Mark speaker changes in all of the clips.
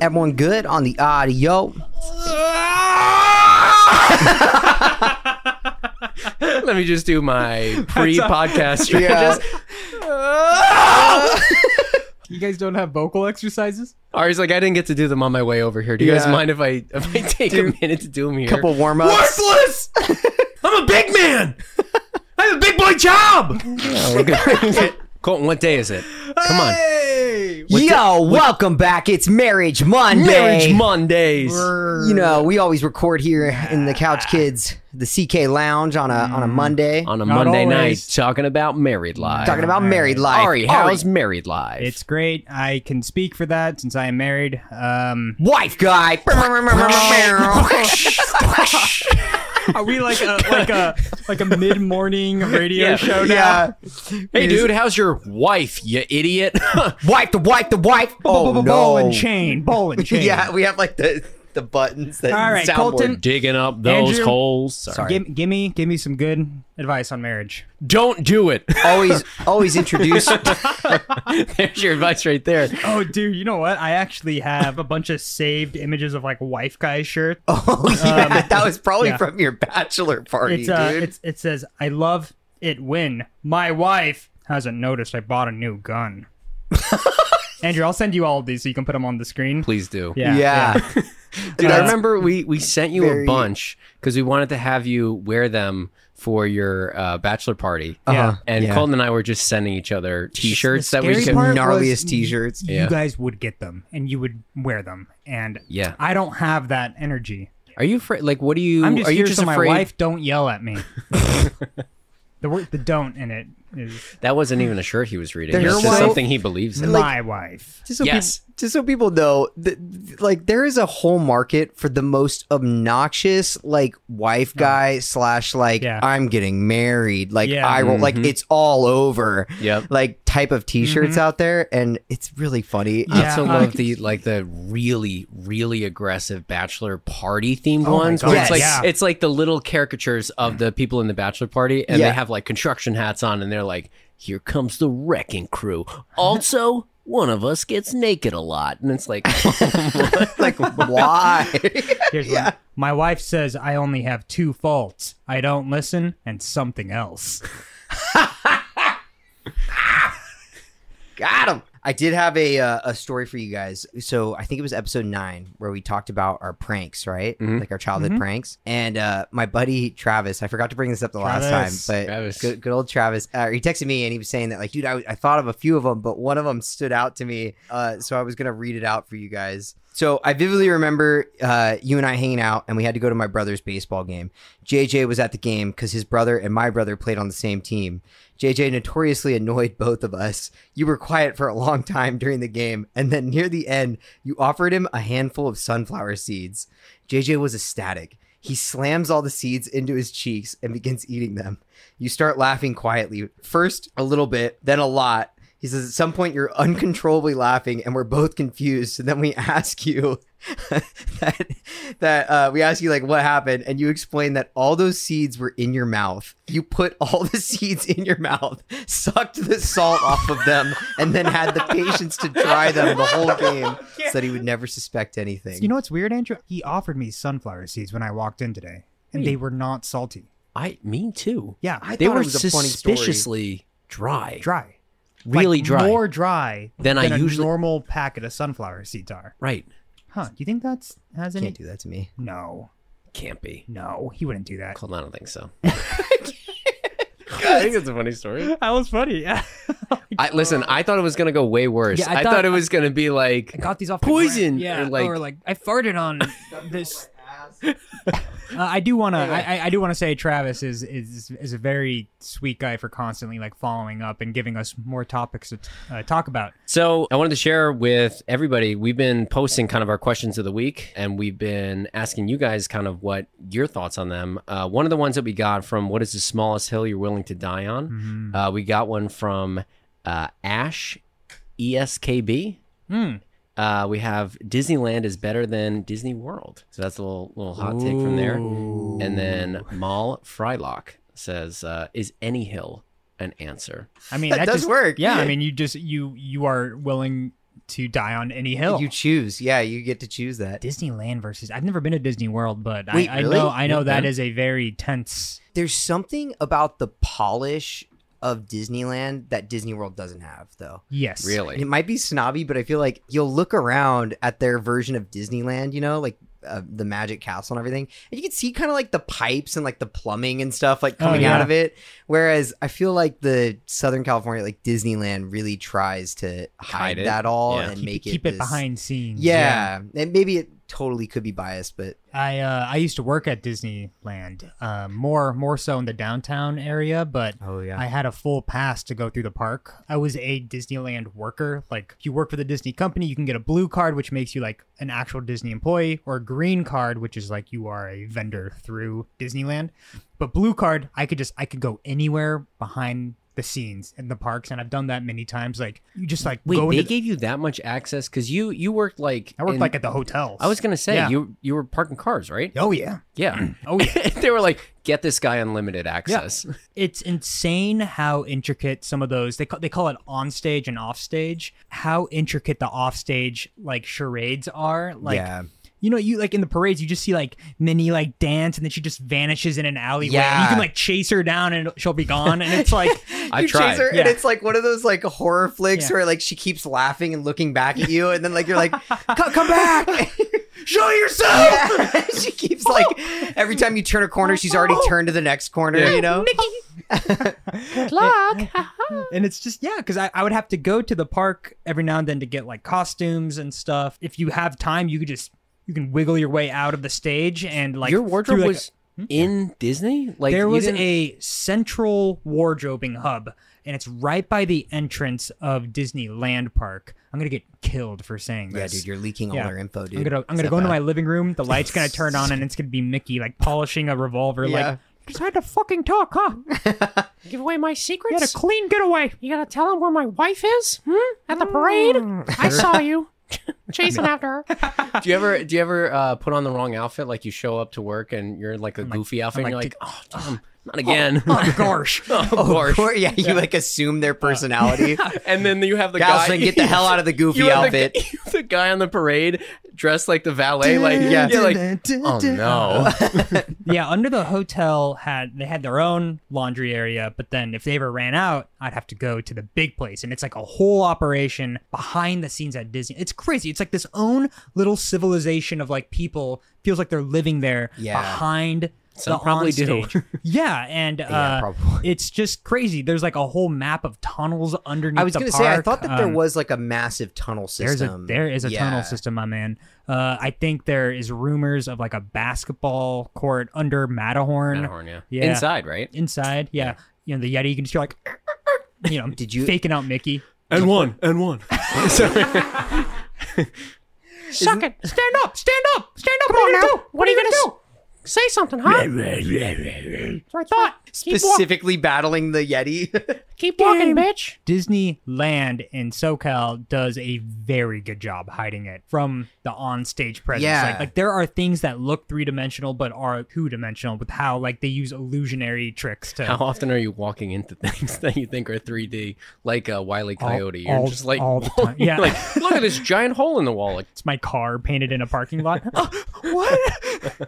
Speaker 1: Everyone good on the audio?
Speaker 2: Let me just do my pre-podcast.
Speaker 1: Yeah.
Speaker 2: just,
Speaker 3: You guys don't have vocal exercises?
Speaker 2: Ari's like, I didn't get to do them on my way over here. Do you guys
Speaker 1: Yeah.
Speaker 2: mind if I if I take a minute to do them here?
Speaker 1: Couple warm ups.
Speaker 2: Worthless! I'm a big man. I have a big boy job. Colton, what day is it? Come on,
Speaker 3: Hey!
Speaker 1: Yo, welcome back. It's Marriage Monday.
Speaker 2: Marriage Mondays.
Speaker 1: You know, we always record here in the Couch Kids, the CK Lounge on a on a Monday,
Speaker 2: On a
Speaker 4: Not
Speaker 2: Monday night,
Speaker 4: always.
Speaker 2: talking about married life.
Speaker 1: talking about
Speaker 4: Alright.
Speaker 1: married life.
Speaker 2: Ari, how's married life?
Speaker 4: It's great. I can speak for that since I am married. Um,
Speaker 1: wife guy?
Speaker 3: Are we like a like a like a mid morning radio
Speaker 2: Yeah.
Speaker 3: show now?
Speaker 1: yeah,
Speaker 2: hey, dude, how's your wife? You idiot.
Speaker 1: wife the wife the wife. Oh
Speaker 4: ball
Speaker 1: no.
Speaker 4: and chain, ball and chain.
Speaker 1: Yeah, we have like the the buttons that.
Speaker 4: All right,
Speaker 1: soundboard.
Speaker 4: Colton.
Speaker 2: Digging up those
Speaker 4: Andrew?
Speaker 2: holes. Sorry.
Speaker 4: Give, give me, give me some good advice on marriage.
Speaker 2: Don't do it.
Speaker 1: Always always introduce.
Speaker 2: There's your advice right there.
Speaker 4: Oh, dude, you know what? I actually have a bunch of saved images of like wife guy shirt.
Speaker 1: Oh yeah, that was probably
Speaker 4: yeah.
Speaker 1: from your bachelor party,
Speaker 4: it's, uh,
Speaker 1: dude.
Speaker 4: it's it says I love it when my wife hasn't noticed I bought a new gun. Andrew, I'll send you all of these so you can put them on the screen.
Speaker 2: Please do.
Speaker 4: Yeah,
Speaker 2: Dude, I
Speaker 1: That's
Speaker 2: remember we we sent you
Speaker 1: very-
Speaker 2: a bunch because we wanted to have you wear them for your uh, bachelor party.
Speaker 4: Yeah.
Speaker 2: And
Speaker 1: Yeah.
Speaker 2: Colton and I were just sending each other T-shirts
Speaker 4: the
Speaker 2: that we
Speaker 4: scary
Speaker 2: could.
Speaker 4: part-
Speaker 1: gnarliest
Speaker 4: was-
Speaker 1: t-shirts.
Speaker 2: Yeah.
Speaker 4: You guys would get them and you would wear them, and
Speaker 2: Yeah.
Speaker 4: I don't have that energy.
Speaker 2: Are you afraid? Like, what do you?
Speaker 4: I'm just
Speaker 2: are you
Speaker 4: here
Speaker 2: just
Speaker 4: so
Speaker 2: afraid?
Speaker 4: my wife don't yell at me. the word, the don't in it is
Speaker 2: That wasn't even a shirt he was reading.
Speaker 1: There's
Speaker 2: It's just
Speaker 1: so-
Speaker 2: something he believes in.
Speaker 4: my wife.
Speaker 1: Just so
Speaker 2: Yes.
Speaker 1: peop- just so people know, th- th- like there is a whole market for the most obnoxious, like wife guy slash like
Speaker 4: Yeah.
Speaker 1: I'm getting married, like
Speaker 4: Yeah.
Speaker 1: I will, like it's all over,
Speaker 2: Mm-hmm. Yep.
Speaker 1: like type of T-shirts out there, and it's really funny.
Speaker 2: I
Speaker 4: Mm-hmm. Yeah.
Speaker 2: also
Speaker 4: I-
Speaker 2: love the like the really really aggressive bachelor party themed
Speaker 4: my
Speaker 2: ones.
Speaker 4: God.
Speaker 2: Where it's
Speaker 1: Yes.
Speaker 2: like
Speaker 4: Yeah.
Speaker 2: it's like the little caricatures of the people in the bachelor party, and
Speaker 1: Yeah.
Speaker 2: they have like construction hats on, and they're like, "Here comes the wrecking crew." Also, one of us gets naked a lot, and it's like,
Speaker 1: like why?
Speaker 4: Here's one. My wife says I only have two faults: I don't listen and something else.
Speaker 1: Got him. I did have a uh, a story for you guys. So I think it was episode nine where we talked about our pranks, right? Like our childhood pranks. And uh, my buddy Travis, I forgot to bring this up the last
Speaker 4: Travis.
Speaker 1: time, but
Speaker 2: Travis.
Speaker 1: Good, good old Travis. Uh, he texted me and he was saying that like, dude, I, I thought of a few of them, but one of them stood out to me. Uh, so I was gonna read it out for you guys. So I vividly remember uh, you and I hanging out, and we had to go to my brother's baseball game. JJ was at the game because his brother and my brother played on the same team. JJ notoriously annoyed both of us. You were quiet for a long time during the game, and then near the end, you offered him a handful of sunflower seeds. JJ was ecstatic. He slams all the seeds into his cheeks and begins eating them. You start laughing quietly, first a little bit, then a lot. He says, At some point, you're uncontrollably laughing, and we're both confused. And then we ask you that, that uh, we ask you, like, what happened? And you explain that all those seeds were in your mouth. You put all the seeds in your mouth, sucked the salt off of them, and then had the patience to dry them the whole game so that he would never suspect anything.
Speaker 4: You know what's weird, Andrew? He offered me sunflower seeds when I walked in today, and they were not salty.
Speaker 2: I mean too.
Speaker 4: Yeah,
Speaker 1: I
Speaker 2: they
Speaker 1: thought it
Speaker 2: were
Speaker 1: was a funny story.
Speaker 2: suspiciously dry,
Speaker 4: dry,
Speaker 2: really
Speaker 4: Like,
Speaker 2: dry.
Speaker 4: more dry
Speaker 2: Than I
Speaker 4: a
Speaker 2: usually-
Speaker 4: normal packet of sunflower seeds are.
Speaker 2: Right?
Speaker 4: Huh? Do you think that's has any?
Speaker 1: Can't do that to me.
Speaker 4: No,
Speaker 2: Can't be.
Speaker 4: no, he wouldn't do that.
Speaker 2: Colton, I don't think so. I think it's a funny story.
Speaker 4: That was funny. Yeah.
Speaker 2: I listen. I thought it was gonna go way worse.
Speaker 5: Yeah,
Speaker 2: I,
Speaker 5: I
Speaker 2: thought,
Speaker 5: thought-
Speaker 2: it was gonna be like
Speaker 5: got these off the
Speaker 2: Poison,
Speaker 5: ground. yeah
Speaker 2: or like-
Speaker 5: or like i farted on this
Speaker 4: Uh, I do want to. I, I- I do want to say Travis is is is a very sweet guy for constantly like following up and giving us more topics to t- uh, talk about.
Speaker 2: So I wanted to share with everybody. We've been posting kind of our questions of the week, and we've been asking you guys kind of what your thoughts on them. Uh, one of the ones that we got from "What is the smallest hill you're willing to die on?"
Speaker 4: Mm-hmm.
Speaker 2: Uh, we got one from uh, Ash E ESKB.
Speaker 4: Hmm.
Speaker 2: Uh, we have Disneyland is better than Disney World. So that's a little little hot take from there. And then Mal Frylock says, uh, "Is any hill an answer?"
Speaker 4: I mean,
Speaker 1: That does
Speaker 4: just,
Speaker 1: work.
Speaker 4: Yeah, I mean, you just you you are willing to die on any hill.
Speaker 1: You choose. Yeah, you get to choose that.
Speaker 4: Disneyland versus I've never been to Disney World, but
Speaker 1: Wait,
Speaker 4: I, I
Speaker 1: really?
Speaker 4: know I know that
Speaker 2: Okay.
Speaker 4: is a very tense.
Speaker 1: There's something about the polish of Disneyland that Disney World doesn't have, though.
Speaker 4: Yes,
Speaker 1: It
Speaker 2: Really?
Speaker 1: might be snobby, but I feel like you'll look around at their version of Disneyland, you know, like uh, the Magic Castle and everything, and you can see kind of like the pipes and like the plumbing and stuff like
Speaker 4: Oh,
Speaker 1: coming out
Speaker 4: yeah.
Speaker 1: of it. Whereas I feel like the Southern California, like Disneyland, really tries to hide,
Speaker 2: Hide it.
Speaker 1: that all
Speaker 2: Yeah.
Speaker 1: and
Speaker 4: keep,
Speaker 1: make
Speaker 4: it, keep
Speaker 1: it
Speaker 4: it
Speaker 1: this-
Speaker 4: behind scenes.
Speaker 1: Yeah, and maybe it totally could be biased, but
Speaker 4: I uh, I used to work at Disneyland, uh, more more so in the downtown area, but
Speaker 1: oh yeah,
Speaker 4: I had a full pass to go through the park. I was a Disneyland worker. Like, if you work for the Disney company, you can get a blue card, which makes you like an actual Disney employee, or a green card, which is like you are a vendor through Disneyland. But blue card, I could just I could go anywhere behind the scenes in the parks, and I've done that many times. Like, you just like
Speaker 2: Wait,
Speaker 4: go
Speaker 2: they
Speaker 4: into. the-
Speaker 2: gave you that much access? Because you you worked like
Speaker 4: I worked
Speaker 2: in-
Speaker 4: like at the hotels.
Speaker 2: I was gonna say
Speaker 4: Yeah.
Speaker 2: you you were parking cars, right?
Speaker 4: Oh yeah.
Speaker 2: Yeah.
Speaker 4: Oh yeah.
Speaker 2: they were like, get this guy unlimited access.
Speaker 4: it's insane how intricate some of those they call, they call it on stage and off stage how intricate the off stage like charades are like
Speaker 1: yeah,
Speaker 4: you know you like in the parades you just see like minnie like dance and then she just vanishes in an alleyway and
Speaker 1: Yeah.
Speaker 4: you can like chase her down and she'll be gone and it's like
Speaker 2: I
Speaker 1: you
Speaker 2: tried.
Speaker 1: chase her, and
Speaker 4: yeah.
Speaker 1: it's like one of those like horror flicks
Speaker 4: Yeah.
Speaker 1: where like she keeps laughing and looking back at you, and then like you're like, "Co- "Come back, show yourself." Oh. she keeps like every time you turn a corner, she's already turned to the next corner. You know,
Speaker 4: and it's just yeah because I, I would have to go to the park every now and then to get like costumes and stuff if you have time you could just you can wiggle your way out of the stage and like
Speaker 2: Your
Speaker 4: through,
Speaker 2: wardrobe
Speaker 4: like,
Speaker 2: was in Disney? Like
Speaker 4: there
Speaker 2: you
Speaker 4: was
Speaker 2: didn't-
Speaker 4: a central wardrobing hub, and it's right by the entrance of Disneyland Park. I'm gonna get killed for saying
Speaker 1: yeah,
Speaker 4: this.
Speaker 1: dude, you're leaking
Speaker 4: Yeah.
Speaker 1: all our info, dude.
Speaker 4: I'm gonna I'm
Speaker 1: It's
Speaker 4: gonna
Speaker 1: that
Speaker 4: go into my
Speaker 1: bad.
Speaker 4: living room. The light's gonna turn on, and it's gonna be Mickey like polishing a revolver.
Speaker 1: Yeah.
Speaker 4: Like, you had to fucking talk, huh? You
Speaker 5: Give away my
Speaker 4: had a
Speaker 5: secrets?
Speaker 4: clean getaway.
Speaker 5: You gotta tell him where my wife is? Hmm? At the parade?
Speaker 4: Mm.
Speaker 5: I saw you. Chasing after her.
Speaker 2: do you ever do you ever uh, put on the wrong outfit? Like you show up to work and you're in, like a goofy outfit and you're like, oh damn, not again.
Speaker 4: Oh gosh.
Speaker 2: Oh, gosh.
Speaker 1: Or- yeah, you like assume their personality.
Speaker 2: And then you have the guy
Speaker 1: Galston, get the hell out of the goofy
Speaker 2: you have the-
Speaker 1: outfit.
Speaker 2: you have The, guy on the parade dressed like the valet, like
Speaker 1: Yeah.
Speaker 2: you're like, oh no.
Speaker 4: yeah, under the hotel had they had their own laundry area, but then if they ever ran out, I'd have to go to the big place, and it's like a whole operation behind the scenes at Disney. It's crazy. It's like this own little civilization of like people feels like they're living there
Speaker 1: Yeah.
Speaker 4: behind.
Speaker 2: Some
Speaker 4: the
Speaker 2: probably do.
Speaker 4: onstage. yeah, and uh,
Speaker 1: probably.
Speaker 4: it's just crazy. There's like a whole map of tunnels underneath.
Speaker 1: I was
Speaker 4: the
Speaker 1: gonna say, I
Speaker 4: park.
Speaker 1: thought that there
Speaker 4: Um,
Speaker 1: was like a massive tunnel
Speaker 4: there's
Speaker 1: system.
Speaker 4: a there is a tunnel system, my man. Uh, I think there is rumors of like a basketball court under Matterhorn,
Speaker 2: Matterhorn, yeah.
Speaker 4: Yeah.
Speaker 2: Inside, right?
Speaker 4: inside. Yeah. you know the Yeti. You can just hear like, you know,
Speaker 1: Did you-
Speaker 4: faking out Mickey?
Speaker 2: And one, and one. Sorry.
Speaker 5: Suck it.
Speaker 4: Stand up! Stand up! Stand up!
Speaker 5: Come on now. What are you gonna do? Say something, huh? That's what I thought. Keep, walk-
Speaker 1: Specifically battling the Yeti.
Speaker 5: keep walking, bitch.
Speaker 4: Disneyland in SoCal does a very good job hiding it from the on-stage presence.
Speaker 1: Yeah.
Speaker 4: Like, like there are things that look three-dimensional but are two-dimensional with how like they use illusionary tricks to
Speaker 2: How often are you walking into things that you think are 3D, like a Wiley
Speaker 4: All-
Speaker 2: Coyote? You're
Speaker 4: all-
Speaker 2: just like,
Speaker 4: all the time.
Speaker 2: walking,
Speaker 4: Yeah.
Speaker 2: like, look at this giant hole in the wall. Like,
Speaker 4: it's my car painted in a parking lot.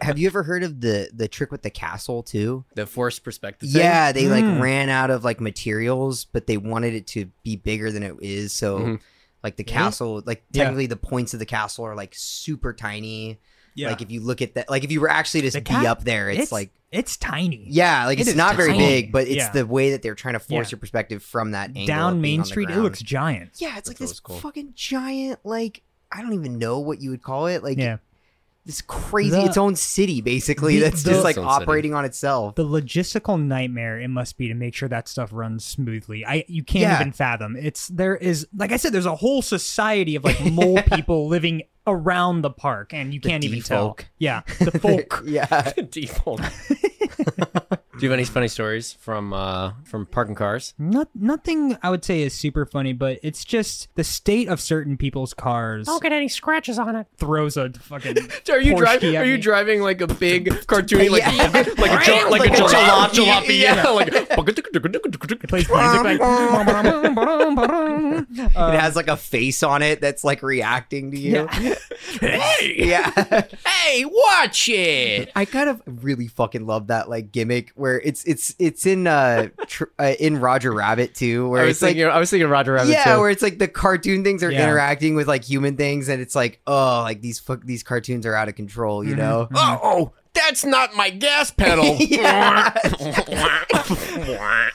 Speaker 1: Have you ever heard of the the trick with the castle too?
Speaker 2: the forced perspective. thing.
Speaker 1: Yeah, they
Speaker 4: Mm.
Speaker 1: like ran out of like materials, but they wanted it to be bigger than it is. So,
Speaker 2: Mhm.
Speaker 1: like the castle, like
Speaker 4: Mm-hmm. Yeah.
Speaker 1: technically the points of the castle are like super tiny.
Speaker 3: Yeah.
Speaker 1: Like if you look at that, like if you were actually to
Speaker 4: The
Speaker 1: be
Speaker 4: ca-
Speaker 1: up there, it's, like
Speaker 4: it's tiny.
Speaker 1: yeah, like
Speaker 4: it
Speaker 1: it's
Speaker 4: is
Speaker 1: not very
Speaker 4: tiny.
Speaker 1: big, but it's
Speaker 4: Yeah.
Speaker 1: the way that they're trying to force
Speaker 4: Yeah.
Speaker 1: your perspective from that angle of
Speaker 4: Down
Speaker 1: being on
Speaker 4: Main
Speaker 1: the
Speaker 4: Street, it
Speaker 1: ground.
Speaker 4: looks giant.
Speaker 1: yeah, it's like
Speaker 2: That
Speaker 1: this
Speaker 2: was cool.
Speaker 1: fucking giant like. I don't even know what you would call it. Like
Speaker 4: Yeah.
Speaker 1: this crazy,
Speaker 4: The-
Speaker 1: its own city basically
Speaker 4: the-
Speaker 1: that's
Speaker 4: the-
Speaker 1: just like
Speaker 2: Its own city.
Speaker 1: operating on itself.
Speaker 4: the logistical nightmare it must be to make sure that stuff runs smoothly. I you can't
Speaker 1: Yeah.
Speaker 4: even fathom. It's there is like I said, there's a whole society of like mole people living around the park, and you
Speaker 1: The
Speaker 4: can't even
Speaker 1: D-folk.
Speaker 4: tell. Yeah, the folk.
Speaker 1: yeah,
Speaker 2: Default. Do you have any funny stories from uh, from parking cars?
Speaker 4: Not nothing I would say is super funny, but it's just the state of certain people's cars
Speaker 5: Don't get any scratches on it.
Speaker 4: throws a fucking.
Speaker 2: Are you
Speaker 4: Porsche
Speaker 2: driving?
Speaker 4: at
Speaker 2: Are you
Speaker 4: me.
Speaker 2: driving like a big cartoony, like
Speaker 1: Yeah.
Speaker 2: like a jal- like a
Speaker 1: Like a
Speaker 2: jalap-
Speaker 1: jalap-
Speaker 2: jalapeno? Yeah, like
Speaker 4: It plays music like. Uh,
Speaker 1: it has like a face on it that's like reacting to you.
Speaker 2: hey,
Speaker 1: Yeah.
Speaker 2: hey, watch it.
Speaker 1: I kind of really fucking love that like gimmick where it's it's it's in uh, tr- uh in Roger Rabbit too where
Speaker 2: I was
Speaker 1: it's like
Speaker 2: thinking, I was thinking Roger Rabbit
Speaker 1: yeah,
Speaker 2: too.
Speaker 1: where it's like the cartoon things are
Speaker 4: Yeah.
Speaker 1: interacting with like human things, and it's like, oh, like these fuck these cartoons are out of control, you know?
Speaker 2: oh, oh, that's not my gas pedal.
Speaker 1: Mm-hmm. Yeah.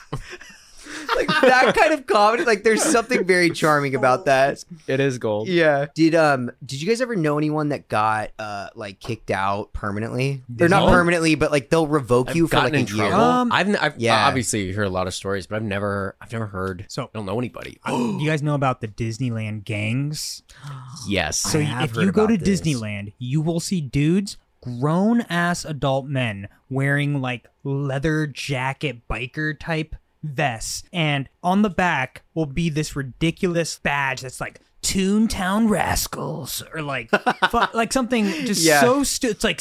Speaker 1: like that kind of comedy. Like there's something very charming about that.
Speaker 2: it is gold.
Speaker 1: Yeah. Oh. Did um did you guys ever know anyone that got uh like kicked out permanently? They're not
Speaker 2: No.
Speaker 1: permanently, but like they'll revoke
Speaker 2: I've
Speaker 1: you for
Speaker 2: gotten
Speaker 1: like a
Speaker 2: in
Speaker 1: year.
Speaker 2: trouble.
Speaker 4: Um,
Speaker 2: I've, n- I've
Speaker 1: yeah.
Speaker 2: obviously you hear a lot of stories, but I've never, I've never heard.
Speaker 4: So-
Speaker 2: I don't know anybody.
Speaker 4: uh, you guys know about the Disneyland gangs?
Speaker 2: yes.
Speaker 4: So
Speaker 1: I have
Speaker 4: if
Speaker 1: heard
Speaker 4: you go to
Speaker 1: about this.
Speaker 4: Disneyland, you will see dudes, grown ass adult men, wearing like leather jacket biker type vests, and on the back will be this ridiculous badge that's like Toontown Rascals or like fu- like something just
Speaker 1: Yeah.
Speaker 4: so stu- it's like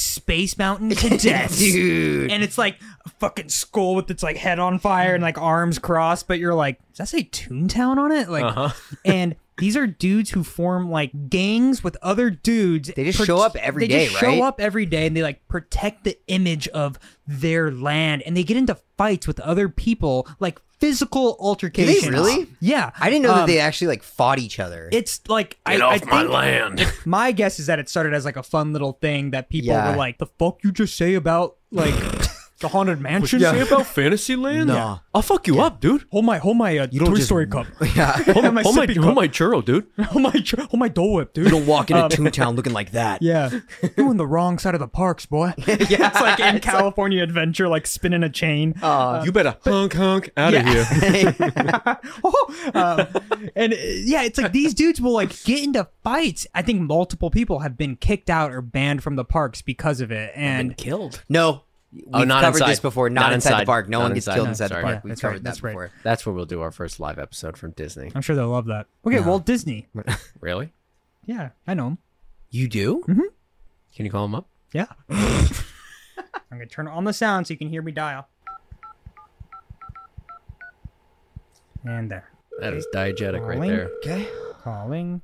Speaker 4: Space Mountain Cadets.
Speaker 1: Dude.
Speaker 4: And it's like a fucking skull with its like head on fire and like arms crossed, but you're like, does that say Toontown on it? Like,
Speaker 2: Uh-huh.
Speaker 4: and these are dudes who form like gangs with other dudes.
Speaker 1: They just show up every
Speaker 4: every day,
Speaker 1: day, right?
Speaker 4: Show up every day and they like protect the image of their land, and they get into fights with other people, like physical altercations.
Speaker 1: really?
Speaker 4: Yeah,
Speaker 1: I didn't know that
Speaker 4: Um,
Speaker 1: they actually like fought each other.
Speaker 4: It's like
Speaker 2: Get
Speaker 4: I,
Speaker 2: off
Speaker 4: I
Speaker 2: my
Speaker 4: think-
Speaker 2: land.
Speaker 4: my guess is that it started as like a fun little thing that people
Speaker 1: Yeah.
Speaker 4: were like, "The fuck you just say about like the haunted mansion?
Speaker 2: say about Fantasyland?
Speaker 1: Nah.
Speaker 2: I'll fuck you up, dude.
Speaker 4: Hold my hold my uh,
Speaker 1: don't
Speaker 4: Toy
Speaker 1: just-
Speaker 4: Story cup.
Speaker 1: yeah.
Speaker 4: Hold my sippy cup.
Speaker 2: churro, dude.
Speaker 4: Hold my ch- hold my Dole Whip, dude.
Speaker 1: You don't walk into Toontown looking like that.
Speaker 4: Yeah, you on the wrong side of the parks, boy. yeah, it's like in California Adventure, like spinning a chain.
Speaker 1: Aw.
Speaker 2: You better honk honk out of here.
Speaker 4: um, and uh, yeah, it's like these dudes will like get into fights. I think multiple people have been kicked out or banned from the parks because of it. And
Speaker 2: killed.
Speaker 1: No. We've
Speaker 2: Oh, not
Speaker 1: covered
Speaker 2: inside.
Speaker 1: this before. Not,
Speaker 2: Not
Speaker 1: inside,
Speaker 2: inside.
Speaker 1: the park. No
Speaker 2: Not
Speaker 1: one gets
Speaker 2: inside.
Speaker 1: killed
Speaker 2: No,
Speaker 1: inside the
Speaker 2: sorry.
Speaker 1: park.
Speaker 4: Yeah,
Speaker 1: We've
Speaker 4: that's
Speaker 1: covered
Speaker 4: right,
Speaker 1: that
Speaker 4: that's right.
Speaker 1: before.
Speaker 2: That's where we'll do our first live episode from Disney.
Speaker 4: I'm sure they'll love that. Okay, Walt Disney.
Speaker 2: Really?
Speaker 4: Yeah, I know him.
Speaker 2: You do? Mm-hmm. Can you call him up?
Speaker 4: Yeah. I'm gonna turn on the sound so you can hear me dial. And there.
Speaker 2: That is diegetic right
Speaker 4: Link.
Speaker 2: there.
Speaker 1: Okay.
Speaker 4: Calling.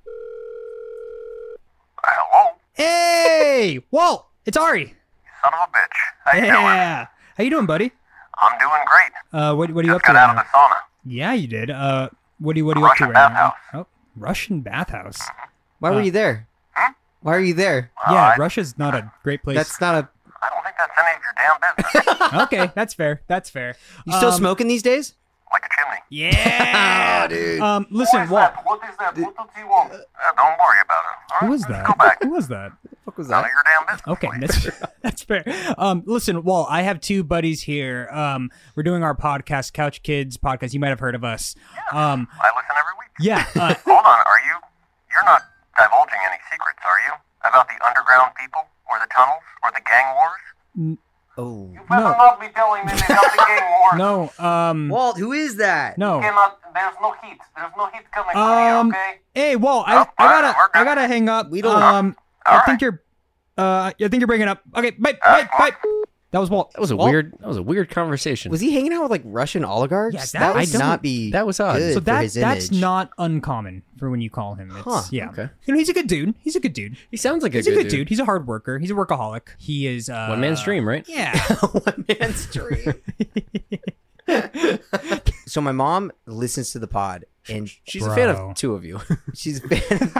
Speaker 4: Hello. Hey, Walt. It's Ari.
Speaker 6: Son of a bitch. How you doing?
Speaker 4: Yeah. How you doing, buddy?
Speaker 6: I'm doing great.
Speaker 4: Uh, what what are you up to
Speaker 6: Got
Speaker 4: right
Speaker 6: out of
Speaker 4: now?
Speaker 6: the sauna.
Speaker 4: Yeah, you did. Uh, what do you what are you up to
Speaker 6: Russian
Speaker 4: right now?
Speaker 6: bathhouse.
Speaker 4: Oh, Russian bathhouse.
Speaker 1: Why were
Speaker 4: Uh,
Speaker 1: you there? Why are you there?
Speaker 4: yeah,
Speaker 6: I-
Speaker 4: Russia's not a great place.
Speaker 1: That's not a.
Speaker 6: I don't think that's any of your damn business.
Speaker 4: okay, that's fair. That's fair.
Speaker 1: You still
Speaker 4: Um,
Speaker 1: smoking these days?
Speaker 6: like a chimney.
Speaker 4: Yeah,
Speaker 2: Oh,
Speaker 1: dude.
Speaker 4: Um,
Speaker 6: What
Speaker 4: listen,
Speaker 6: is
Speaker 4: Walt.
Speaker 6: that? What is that? What does he want? Uh, don't worry about it. All
Speaker 4: Who
Speaker 6: right,
Speaker 4: was
Speaker 6: let's
Speaker 4: that?
Speaker 6: Go back.
Speaker 4: Who was that?
Speaker 1: fuck was
Speaker 6: None of
Speaker 1: that?
Speaker 6: your damn business.
Speaker 4: Okay,
Speaker 6: please.
Speaker 4: that's that's fair. Um, listen, Walt, I have two buddies here. Um, we're doing our podcast, Couch Kids podcast. You might have heard of us. Um,
Speaker 6: I listen every week.
Speaker 4: yeah. Uh,
Speaker 6: Hold on. Are you? You're not divulging any secrets, are you? About the underground people, or the tunnels, or the gang wars?
Speaker 1: Oh.
Speaker 6: You better not be telling me about the gang wars.
Speaker 4: no. Um,
Speaker 1: Walt, who is that?
Speaker 6: You
Speaker 4: no.
Speaker 6: cannot. There's no heat. There's no heat coming
Speaker 4: Um,
Speaker 6: from here. Okay.
Speaker 4: Hey, Walt, I, I gotta I gotta hang up.
Speaker 1: We don't-
Speaker 4: Um,
Speaker 6: All
Speaker 4: I
Speaker 6: right.
Speaker 4: think you're. Uh, I think you're breaking up. Okay, bye, bye, bye. That was Walt.
Speaker 2: That was a
Speaker 1: Well-
Speaker 2: weird. That was a weird conversation.
Speaker 1: Was he hanging out with like Russian oligarchs?
Speaker 4: Yeah, that-
Speaker 1: that,
Speaker 4: I
Speaker 1: would
Speaker 4: don't-
Speaker 1: not be.
Speaker 2: that was odd.
Speaker 1: Good
Speaker 4: So
Speaker 1: for
Speaker 4: that
Speaker 1: his
Speaker 4: that's
Speaker 1: image.
Speaker 4: not uncommon for when you call him. It's,
Speaker 1: Huh,
Speaker 4: yeah.
Speaker 2: okay.
Speaker 4: You know, he's a good dude. He's a good dude.
Speaker 2: he sounds like a
Speaker 4: He's
Speaker 2: good,
Speaker 4: a good dude. He's a hard worker. He's a workaholic. He is uh,
Speaker 2: One man's dream, right?
Speaker 4: Yeah.
Speaker 1: one man's dream. so my mom listens to the pod, and
Speaker 2: She's a fan
Speaker 4: Bro.
Speaker 2: of two of you.
Speaker 1: She's been.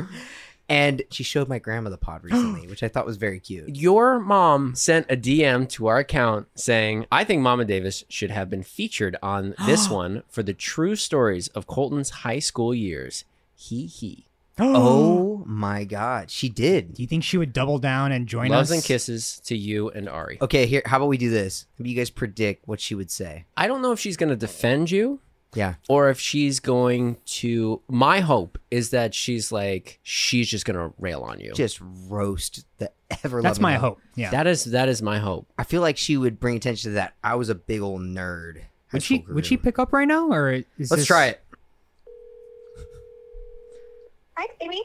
Speaker 1: and she showed my grandma the pod recently, which I thought was very cute.
Speaker 2: Your mom sent a DM to our account saying, I think Mama Davis should have been featured on this one for the true stories of Colton's high school years. He he.
Speaker 1: Oh my god, she did.
Speaker 4: Do you think she would double down and join
Speaker 2: Loves
Speaker 4: us?
Speaker 2: and kisses to you and Ari.
Speaker 1: Okay, here. How about we do this? Maybe you guys predict what she would say.
Speaker 2: I don't know if she's going to defend you
Speaker 1: Yeah.
Speaker 2: Or if she's going to, my hope is that she's like, she's just going to rail on you.
Speaker 1: Just roast the ever.
Speaker 4: That's
Speaker 1: loving
Speaker 4: my
Speaker 1: hell.
Speaker 4: hope. Yeah.
Speaker 2: That is that is my hope.
Speaker 1: I feel like she would bring attention to that. I was a big old nerd. High
Speaker 4: would she
Speaker 1: school
Speaker 4: would she
Speaker 1: girl.
Speaker 4: pick up right now or is
Speaker 1: Let's
Speaker 4: this-
Speaker 1: try it.
Speaker 7: Hi, baby.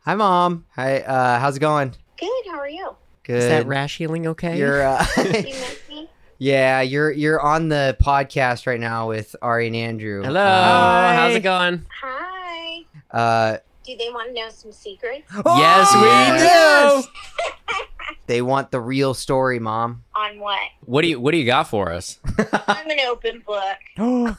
Speaker 1: Hi, mom. Hi. Uh, how's it going?
Speaker 7: Good. How are you?
Speaker 1: Good.
Speaker 2: Is that rash healing okay?
Speaker 1: You're. Uh,
Speaker 7: You miss me?
Speaker 1: yeah, you're you're on the podcast right now with Ari and Andrew.
Speaker 2: Hello,
Speaker 1: Uh,
Speaker 2: how's it going?
Speaker 7: Hi.
Speaker 1: Uh,
Speaker 7: Do they want to know some secrets
Speaker 2: yes, we
Speaker 4: Oh,
Speaker 1: yes.
Speaker 2: do.
Speaker 1: they want the real story, mom.
Speaker 7: on what?
Speaker 2: What do you What do you got for us?
Speaker 7: I'm an open book.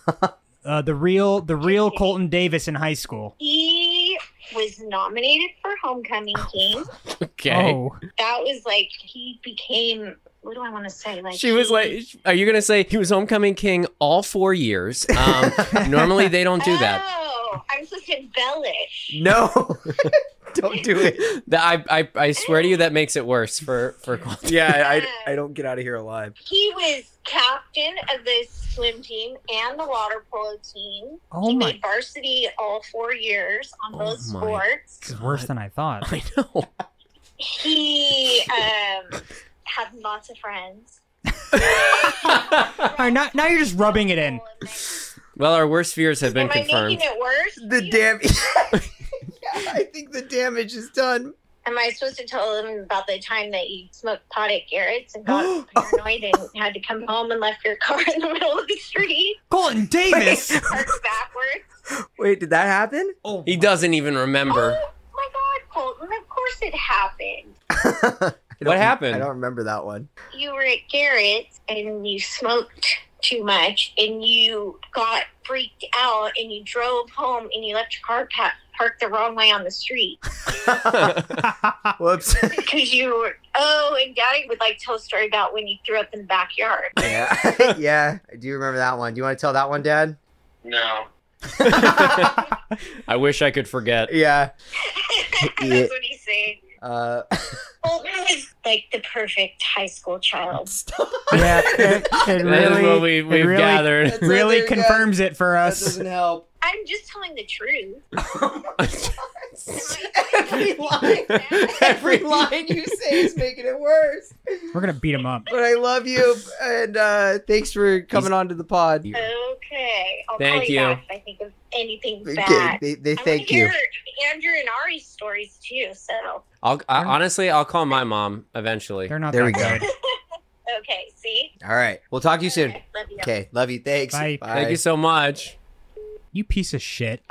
Speaker 4: Uh, the real the real Colton Davis in high school.
Speaker 7: He was nominated for Homecoming King.
Speaker 2: Okay.
Speaker 4: Oh,
Speaker 7: That was like he became. What do I want to say? Like
Speaker 2: She was like, "Are you gonna say he was homecoming king all four years?" Um, normally they don't do that.
Speaker 7: Oh, I'm supposed to embellish.
Speaker 1: No, don't do it.
Speaker 2: That I, I I swear to you, that makes it worse for for Colton.
Speaker 1: Yeah,
Speaker 7: I- I
Speaker 1: don't get out of here alive.
Speaker 7: Um, He was captain of the swim team and the water polo team.
Speaker 4: oh
Speaker 7: he
Speaker 4: my!
Speaker 7: made varsity all four years on
Speaker 2: Oh
Speaker 7: both
Speaker 2: my
Speaker 7: sports.
Speaker 4: This is worse than I thought.
Speaker 2: I know.
Speaker 7: He um, had lots of friends.
Speaker 4: All right, now, now you're just rubbing it in.
Speaker 2: Well, our worst fears have been
Speaker 7: Am I
Speaker 2: confirmed.
Speaker 7: making it worse?
Speaker 1: The damage. yeah, I think the damage is done.
Speaker 7: Am I supposed to tell them about the time that you smoked pot at Garrett's and
Speaker 4: Oh.
Speaker 7: got paranoid and had to come home and left your car in the middle of the street,
Speaker 4: Colton Davis.
Speaker 7: parked backwards?
Speaker 1: Wait, did that happen?
Speaker 4: oh,
Speaker 2: He doesn't even remember.
Speaker 7: Oh my God, Colton! Of course it happened.
Speaker 2: What happened?
Speaker 1: I don't remember that one.
Speaker 7: You were at Garrett's and you smoked too much and you got freaked out and you drove home and you left your car pa- parked the wrong way on the street.
Speaker 1: Whoops.
Speaker 7: Because you were, oh, and Daddy would like tell a story about when you threw up in the backyard.
Speaker 1: yeah, yeah. I do remember that one. Do you want to tell that one, Dad?
Speaker 6: No.
Speaker 2: I wish I could forget.
Speaker 1: Yeah. Yeah.
Speaker 7: That's what he's saying.
Speaker 1: Uh,
Speaker 7: Colton was like the perfect high school child.
Speaker 4: yeah, it, it really,
Speaker 2: that is what we
Speaker 4: it
Speaker 2: we've
Speaker 4: really,
Speaker 2: gathered.
Speaker 1: That's
Speaker 4: Really
Speaker 1: it, there you go.
Speaker 4: confirms it for
Speaker 1: That
Speaker 4: us.
Speaker 1: doesn't help.
Speaker 7: I'm just telling the truth.
Speaker 1: Every line, every line you say is making it worse.
Speaker 4: We're gonna beat him up.
Speaker 1: But I love you, and uh, thanks for coming on to the pod.
Speaker 7: Okay. I'll
Speaker 2: Thank
Speaker 7: call you,
Speaker 2: you.
Speaker 7: back if I think of anything
Speaker 1: Okay,
Speaker 7: bad.
Speaker 1: they, they
Speaker 7: I wanna
Speaker 1: thank you.
Speaker 7: hear Andrew and Ari's stories too, so.
Speaker 2: I'll I, honestly, I'll call my mom eventually.
Speaker 4: They're not
Speaker 1: There
Speaker 4: that
Speaker 1: we go.
Speaker 4: good.
Speaker 7: Okay, see?
Speaker 1: All right, we'll talk to you soon.
Speaker 7: Okay, love you.
Speaker 1: Okay, love you. Thanks.
Speaker 4: Bye.
Speaker 2: Thank you so much.
Speaker 4: You piece of shit.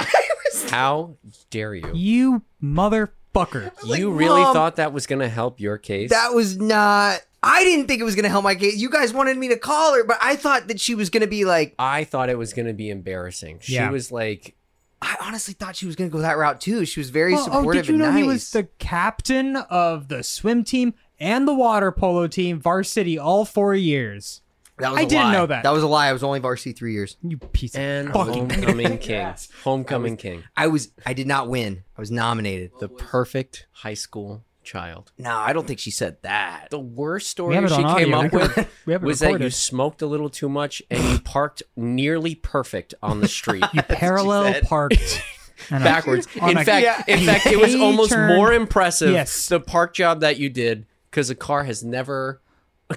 Speaker 2: How dare you?
Speaker 4: You motherfucker.
Speaker 1: like,
Speaker 2: You really
Speaker 1: "Mom."
Speaker 2: thought that was gonna help your case?
Speaker 1: That was not. I didn't think it was gonna help my case. You guys wanted me to call her, but I thought that she was gonna be like.
Speaker 2: I thought it was gonna be embarrassing. She
Speaker 4: Yeah.
Speaker 2: was like,
Speaker 1: I honestly thought she was gonna go that route too. She was very
Speaker 4: Well, oh,
Speaker 1: supportive
Speaker 4: did you
Speaker 1: and
Speaker 4: know
Speaker 1: nice.
Speaker 4: he was the captain of the swim team and the water polo team, varsity, all four years?
Speaker 1: that was
Speaker 4: I
Speaker 1: a
Speaker 4: didn't
Speaker 1: lie.
Speaker 4: know that.
Speaker 1: That was a lie. I was only varsity three years.
Speaker 4: You piece
Speaker 1: Eh,
Speaker 4: of
Speaker 2: "And
Speaker 4: Fucking-
Speaker 2: homecoming king, homecoming king,
Speaker 1: I was. I did not win. I was nominated.
Speaker 2: the perfect high school child."
Speaker 1: No, I don't think she said that.
Speaker 2: The worst
Speaker 4: We
Speaker 2: story
Speaker 4: have it
Speaker 2: she
Speaker 4: on
Speaker 2: came
Speaker 4: audio.
Speaker 2: up with
Speaker 4: We have it
Speaker 2: was that you
Speaker 4: recorded.
Speaker 2: smoked a little too much and you parked nearly perfect on the street.
Speaker 4: parallel
Speaker 1: said.
Speaker 4: parked and I-
Speaker 2: backwards.
Speaker 4: on
Speaker 2: In
Speaker 4: a-
Speaker 2: fact, in
Speaker 4: a
Speaker 2: fact, it was
Speaker 4: K
Speaker 2: almost
Speaker 4: turn.
Speaker 2: more impressive
Speaker 4: Yes.
Speaker 2: the park job that you did because a car has never.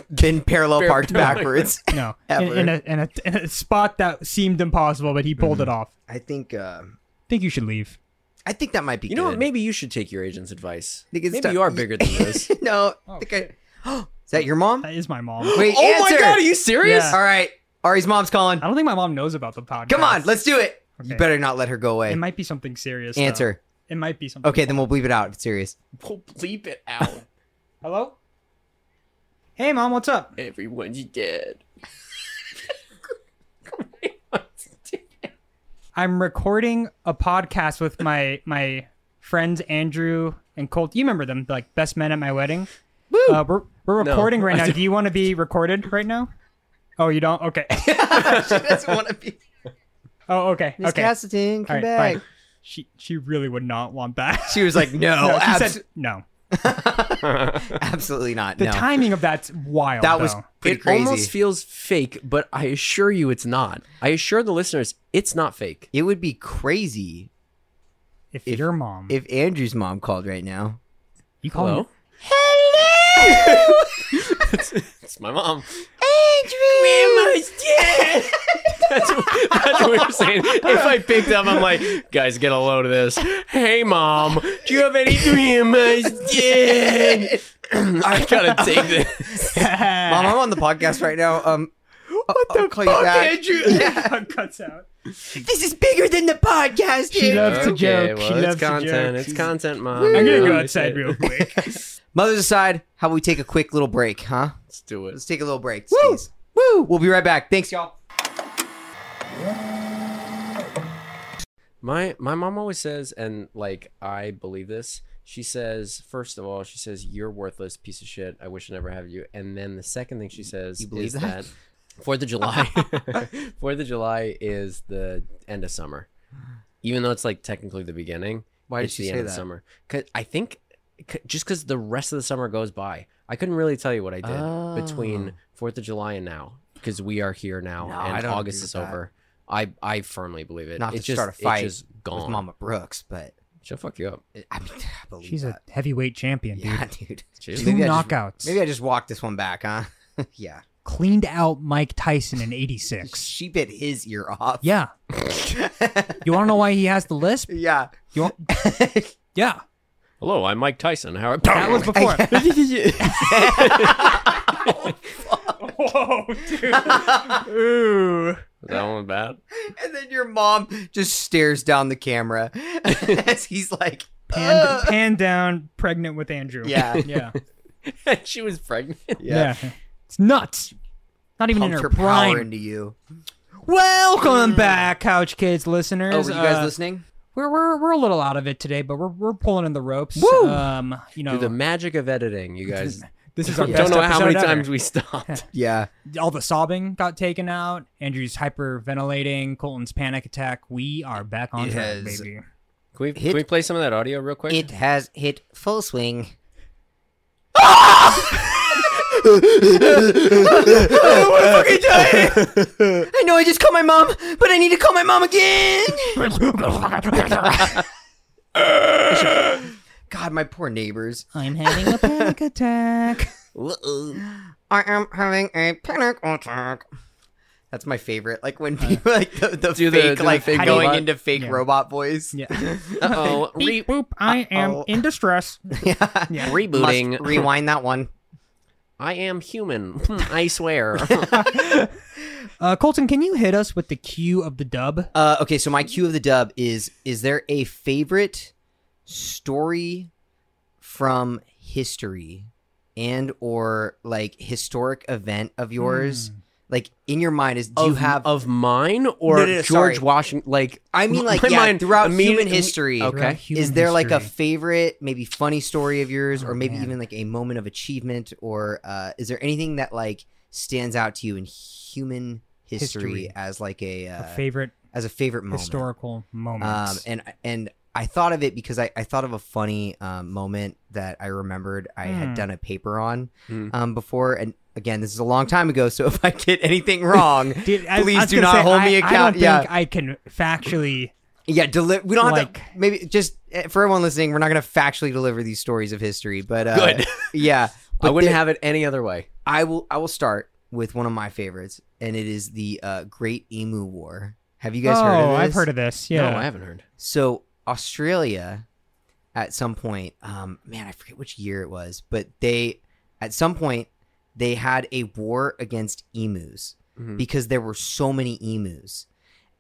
Speaker 1: Been parallel
Speaker 2: Fair-
Speaker 1: parked backwards.
Speaker 4: No, in, in a, in, a, in a spot that seemed impossible, but he pulled
Speaker 1: Mm-hmm.
Speaker 4: it off.
Speaker 1: I think. Uh,
Speaker 4: think you should leave.
Speaker 1: I think that might be.
Speaker 2: You know what?
Speaker 1: good.
Speaker 2: Maybe you should take your agent's advice.
Speaker 1: Think it's
Speaker 2: Maybe
Speaker 1: time-
Speaker 2: you are bigger than this.
Speaker 1: no. I think I- Is that your mom?
Speaker 4: That is my mom.
Speaker 1: Wait,
Speaker 2: oh my
Speaker 1: answer.
Speaker 2: god, are you serious?
Speaker 4: Yeah.
Speaker 1: All right, Ari's mom's calling.
Speaker 4: I don't think my mom knows about the podcast.
Speaker 1: Come on, let's do it. You
Speaker 4: Okay.
Speaker 1: better not let her go away.
Speaker 4: It might be something serious. though.
Speaker 1: Answer.
Speaker 4: It might be something.
Speaker 1: Okay, then we'll bleep it out if it's serious.
Speaker 2: We'll bleep it out.
Speaker 4: Hello. Hey, mom. What's up?
Speaker 2: Everyone's dead.
Speaker 4: I'm recording a podcast with my my friends Andrew and Colt. You remember them, like best men at my wedding. Uh, we're we're
Speaker 2: No.
Speaker 4: recording right now. Do you want to be recorded right now? Oh, you don't. Okay.
Speaker 1: she doesn't want to be.
Speaker 4: Oh, okay.
Speaker 1: Miss
Speaker 4: okay.
Speaker 1: Castleton, come
Speaker 4: All right.
Speaker 1: back.
Speaker 4: Fine. She she really would not want that.
Speaker 1: She was like, no,
Speaker 4: no, she
Speaker 1: Oh, abs-
Speaker 4: said no.
Speaker 1: Absolutely not.
Speaker 4: The
Speaker 1: no.
Speaker 4: timing of that's wild.
Speaker 1: that was
Speaker 4: though.
Speaker 1: pretty
Speaker 2: it
Speaker 1: crazy.
Speaker 2: almost feels fake, but I assure you it's not. I assure the listeners it's not fake.
Speaker 1: it would be crazy
Speaker 4: if,
Speaker 1: if-
Speaker 4: your mom.
Speaker 1: if Andrew's mom called right now.
Speaker 4: you call
Speaker 2: Hello?
Speaker 4: me-
Speaker 2: it's, it's my mom. Andrew! that's, what- that's what we were saying. If I picked up, I'm like, guys, get a load of this. Hey, mom, do you have any dreams? dead? I gotta take this.
Speaker 1: Mom, I'm on the podcast right now. Um, what I'll call you back.
Speaker 2: Andrew!
Speaker 4: cuts out.
Speaker 1: This is bigger than the podcast.
Speaker 4: She
Speaker 1: Andrew.
Speaker 4: loves to joke.
Speaker 2: well,
Speaker 4: she
Speaker 2: it's
Speaker 4: loves
Speaker 2: content.
Speaker 4: to joke.
Speaker 2: It's
Speaker 4: She's-
Speaker 2: content, mom.
Speaker 4: I'm gonna
Speaker 2: Really
Speaker 4: go outside
Speaker 2: shit.
Speaker 4: real quick.
Speaker 1: Mothers aside, how about we take a quick little break, huh?
Speaker 2: Let's do it.
Speaker 1: Let's take a little break. Woo! Woo! We'll be right back. Thanks, y'all.
Speaker 2: My my mom always says, and like I believe this. She says, first of all, she says you're worthless piece of shit. I wish I never had you. And then the second thing she says
Speaker 1: You believe
Speaker 2: is
Speaker 1: that?
Speaker 2: that Fourth of July, Fourth of July is the end of summer, even though it's like technically the beginning.
Speaker 1: Why did
Speaker 2: it's
Speaker 1: she
Speaker 2: the
Speaker 1: say
Speaker 2: end of
Speaker 1: that?
Speaker 2: summer? 'Cause I think c- just because the rest of the summer goes by, I couldn't really tell you what I did between Fourth of July and now because we are here now
Speaker 1: Oh. No, I
Speaker 2: and
Speaker 1: don't
Speaker 2: August
Speaker 1: agree
Speaker 2: is
Speaker 1: with that.
Speaker 2: over. I I firmly believe it.
Speaker 1: Not
Speaker 2: it's
Speaker 1: to
Speaker 2: just,
Speaker 1: start a
Speaker 2: it's
Speaker 1: fight
Speaker 2: just gone.
Speaker 1: With Oh. Mama Brooks, but
Speaker 2: She'll fuck you up.
Speaker 1: I, mean, I believe
Speaker 4: She's a
Speaker 1: that.
Speaker 4: heavyweight champion, dude.
Speaker 1: yeah, dude.
Speaker 2: Jeez.
Speaker 4: Two
Speaker 1: Maybe I just-
Speaker 4: knockouts.
Speaker 1: Maybe I just walked this one back, huh? yeah.
Speaker 4: Cleaned out Mike Tyson in '86.
Speaker 1: She bit his ear off.
Speaker 4: yeah. You want to know why he has the lisp?
Speaker 1: yeah.
Speaker 4: You want? Yeah.
Speaker 2: Hello, I'm Mike Tyson. How
Speaker 4: That was before.
Speaker 3: Whoa, dude.
Speaker 2: that one bad?
Speaker 1: And then your mom just stares down the camera as he's like,
Speaker 4: Pan, pan down, pregnant with Andrew.
Speaker 1: yeah.
Speaker 4: Yeah.
Speaker 2: she was pregnant.
Speaker 4: Yeah. It's nuts. Not even in
Speaker 1: Pumped
Speaker 4: her
Speaker 1: her power
Speaker 4: prime.
Speaker 1: into you.
Speaker 4: Welcome back, Couch Kids listeners.
Speaker 1: Oh, were you guys
Speaker 4: Uh,
Speaker 1: listening?
Speaker 4: We're, we're, we're a little out of it today, but we're, we're pulling in the ropes.
Speaker 1: Woo!
Speaker 4: Um, you know,
Speaker 2: Through the magic of editing, you guys
Speaker 4: this is our
Speaker 2: don't
Speaker 4: best
Speaker 2: know how many
Speaker 4: episode ever.
Speaker 2: times we stopped.
Speaker 1: Yeah.
Speaker 4: All the sobbing got taken out. Andrew's hyperventilating. Colton's panic attack. We are back on
Speaker 1: It
Speaker 4: track,
Speaker 1: has-
Speaker 4: baby.
Speaker 2: Can we,
Speaker 1: Hit-
Speaker 2: can we play some of that audio real quick?
Speaker 1: It has hit full swing. I know I just called my mom, but I need to call my mom again. God, my poor neighbors.
Speaker 4: I'm having a panic attack.
Speaker 1: I am having a panic attack. That's my favorite. Like when people like the, Uh, the
Speaker 2: Do
Speaker 1: fake
Speaker 2: the- do the
Speaker 1: like
Speaker 2: fake
Speaker 1: going
Speaker 2: robot.
Speaker 1: into fake
Speaker 4: Yeah.
Speaker 1: robot voice.
Speaker 4: Yeah.
Speaker 2: Uh-oh.
Speaker 4: Beep, boop. I am
Speaker 1: Uh-oh.
Speaker 4: in distress.
Speaker 1: Yeah.
Speaker 4: Yeah.
Speaker 2: Rebooting.
Speaker 1: Must rewind that one.
Speaker 2: I am human. I swear.
Speaker 4: Uh, Colton, can you hit us with the cue of the dub?
Speaker 1: Uh, okay, so my cue of the dub is: Is there a favorite story from history and or like historic event of yours?
Speaker 4: Hmm.
Speaker 1: Like in your mind, is do
Speaker 2: of,
Speaker 1: you have?
Speaker 2: of mine or
Speaker 1: No, no, no,
Speaker 2: George
Speaker 1: sorry.
Speaker 2: Washington? Like
Speaker 1: I mean, like
Speaker 2: my
Speaker 1: yeah,
Speaker 2: mind
Speaker 1: throughout
Speaker 2: immediately-
Speaker 1: human history.
Speaker 2: Okay.
Speaker 4: Throughout human
Speaker 1: Is there like a
Speaker 4: history.
Speaker 1: favorite, maybe funny story of yours, or
Speaker 4: Oh,
Speaker 1: maybe
Speaker 4: man.
Speaker 1: even like a moment of achievement, or uh, is there anything that like stands out to you in human history,
Speaker 4: History.
Speaker 1: as like a, uh,
Speaker 4: a favorite
Speaker 1: as a favorite moment?
Speaker 4: historical moment?
Speaker 1: Um, and and I thought of it because I, I thought of a funny um, moment that I remembered I
Speaker 4: Hmm.
Speaker 1: had done a paper on
Speaker 2: Hmm.
Speaker 1: um, before, and again, this is a long time ago. So if I get anything wrong,
Speaker 4: Dude, I- I
Speaker 1: please
Speaker 4: was
Speaker 1: do
Speaker 4: gonna
Speaker 1: not
Speaker 4: say,
Speaker 1: hold
Speaker 4: I-
Speaker 1: me
Speaker 4: I don't
Speaker 1: account- yeah.
Speaker 4: think I can factually.
Speaker 1: yeah, deli- we don't have to.
Speaker 4: Like-
Speaker 1: Maybe just eh, for everyone listening, we're not going to factually deliver these stories of history, but uh,
Speaker 2: Good.
Speaker 1: yeah,
Speaker 2: I
Speaker 1: but
Speaker 2: wouldn't
Speaker 1: there-
Speaker 2: have it any other way.
Speaker 1: I will. I will start with one of my favorites, and it is the uh, Great Emu War. Have you guys
Speaker 4: oh,
Speaker 1: heard of this?
Speaker 4: I've heard of this. Yeah,
Speaker 2: No, I haven't heard.
Speaker 1: So Australia, at some point, um, man, I forget which year it was, but they, at some point, they had a war against emus
Speaker 2: Mhm.
Speaker 1: because there were so many emus,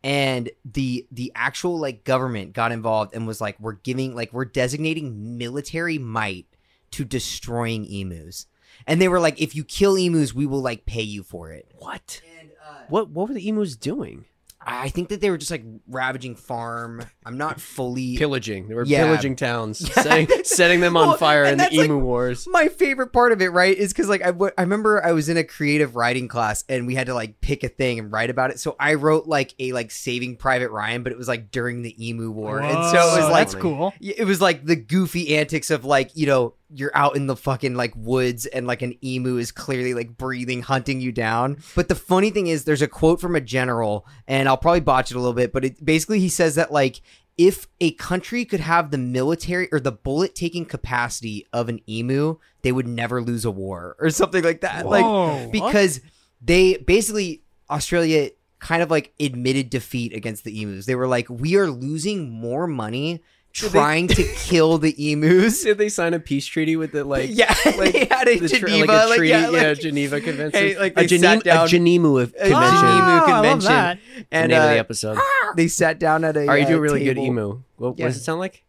Speaker 1: and the the actual like government got involved and was like, we're giving like we're designating military might to destroying emus, and they were like, if you kill emus, we will like pay you for it.
Speaker 2: What?
Speaker 1: And uh,
Speaker 2: What? What were the emus doing?
Speaker 1: I think that they were just like ravaging farm. I'm not fully
Speaker 2: Pillaging. They were
Speaker 1: Yeah.
Speaker 2: pillaging towns, setting, setting them on
Speaker 1: Well,
Speaker 2: fire in
Speaker 1: and
Speaker 2: the
Speaker 1: that's, like,
Speaker 2: emu wars.
Speaker 1: my favorite part of it, right, is because like I w- I remember I was in a creative writing class and we had to like pick a thing and write about it. So I wrote like a like Saving Private Ryan, but it was like during the Emu War, and so it
Speaker 4: Whoa,
Speaker 1: was like
Speaker 4: that's cool.
Speaker 1: it was like the goofy antics of like you know you're out in the fucking like woods and like an emu is clearly like breathing hunting you down but the funny thing is there's a quote from a general and i'll probably botch it a little bit but it basically he says that like if a country could have the military or the bullet taking capacity of an emu they would never lose a war or something like that like
Speaker 4: Whoa.
Speaker 1: because they basically Australia kind of like admitted defeat against the emus. They were like, "We are losing more money trying to kill the emus."
Speaker 2: Did they sign a peace treaty with the like?
Speaker 1: yeah, like, they had a
Speaker 2: the tre-
Speaker 1: Geneva,
Speaker 2: like a
Speaker 1: like,
Speaker 2: treaty,
Speaker 1: yeah, like,
Speaker 2: Geneva Convention.
Speaker 1: Hey, like, they
Speaker 2: a
Speaker 1: sat
Speaker 2: Geneva,
Speaker 1: down- Oh,
Speaker 2: a Geneva convention.
Speaker 1: a Geneva
Speaker 4: I love
Speaker 1: convention.
Speaker 4: that.
Speaker 1: And
Speaker 2: the name of the
Speaker 1: uh,
Speaker 2: episode.
Speaker 1: they sat down at a.
Speaker 2: Are you
Speaker 1: uh,
Speaker 2: doing really
Speaker 1: table.
Speaker 2: good emu? What,
Speaker 1: Yeah.
Speaker 2: what does it sound like?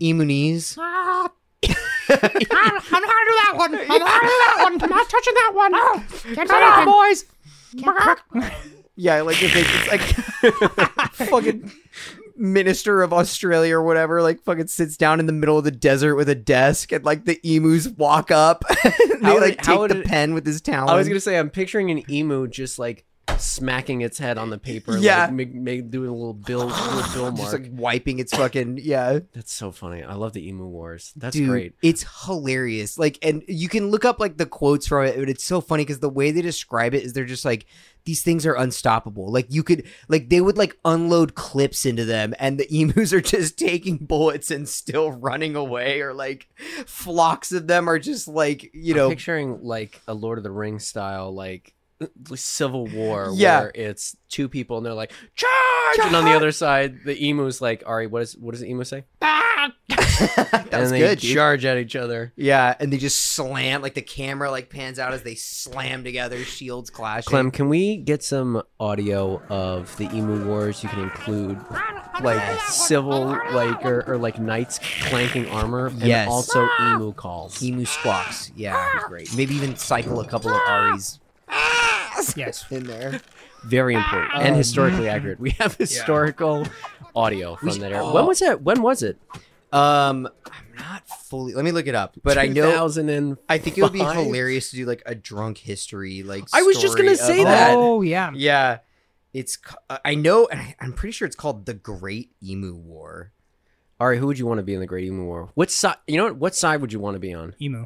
Speaker 1: Emu knees.
Speaker 5: I'm not gonna do that one. I'm not gonna do that one. I'm not touching that one.
Speaker 2: Oh,
Speaker 5: Can't do anything. boys.
Speaker 1: Yeah, like if they, it's like fucking minister of Australia or whatever, like fucking sits down in the middle of the desert with a desk, and like the emus walk up. and
Speaker 2: How
Speaker 1: they
Speaker 2: would
Speaker 1: like
Speaker 2: it- how
Speaker 1: take
Speaker 2: would
Speaker 1: the
Speaker 2: it-
Speaker 1: pen with his talon.
Speaker 2: I was gonna say I'm picturing an emu just like smacking its head on the paper.
Speaker 1: Yeah.
Speaker 2: like, make, make, doing a little bill, little bill mark.
Speaker 1: just like wiping its fucking yeah.
Speaker 2: That's so funny. I love the emu wars. That's
Speaker 1: Dude,
Speaker 2: great.
Speaker 1: It's hilarious. Like, and you can look up like the quotes from it, but it's so funny because the way they describe it is they're just like, these things are unstoppable. Like you could like they would like unload clips into them and the emus are just taking bullets and still running away, or like flocks of them are just like, you know,
Speaker 2: picturing like a Lord of the Rings style like uh, civil war
Speaker 1: Yeah.
Speaker 2: where it's two people and they're like charge, and on the other side the emu's like Ari what is what does the emu say
Speaker 1: that
Speaker 2: and
Speaker 1: was
Speaker 2: they
Speaker 1: good. dude.
Speaker 2: charge at each other
Speaker 1: Yeah, and they just slam like the camera like pans out as they slam together, shields clashing.
Speaker 2: Clem can we get some audio of the emu wars you can include like civil like or, or like knights clanking armor and
Speaker 1: Yes.
Speaker 2: also emu calls
Speaker 1: Emu squawks. Yeah, great. Maybe even cycle a couple of Ari's
Speaker 4: Yes.
Speaker 1: in there.
Speaker 2: very important
Speaker 1: Um,
Speaker 2: and historically accurate we have historical audio from
Speaker 1: should-
Speaker 2: that era when was it when was it
Speaker 1: Um, I'm not fully. Let me look it up, but I know.
Speaker 2: 2000 and
Speaker 1: I think it would be
Speaker 2: Five?
Speaker 1: hilarious to do like a drunk history. Like
Speaker 2: I was just
Speaker 1: story of-
Speaker 2: gonna say that.
Speaker 4: Oh yeah.
Speaker 1: Yeah, it's. ca- uh, I know. and I- I'm pretty sure it's called the Great Emu War.
Speaker 2: All right, who would you want to be in the Great Emu War? What side? You know what? What side would you want to be on?
Speaker 4: Emu.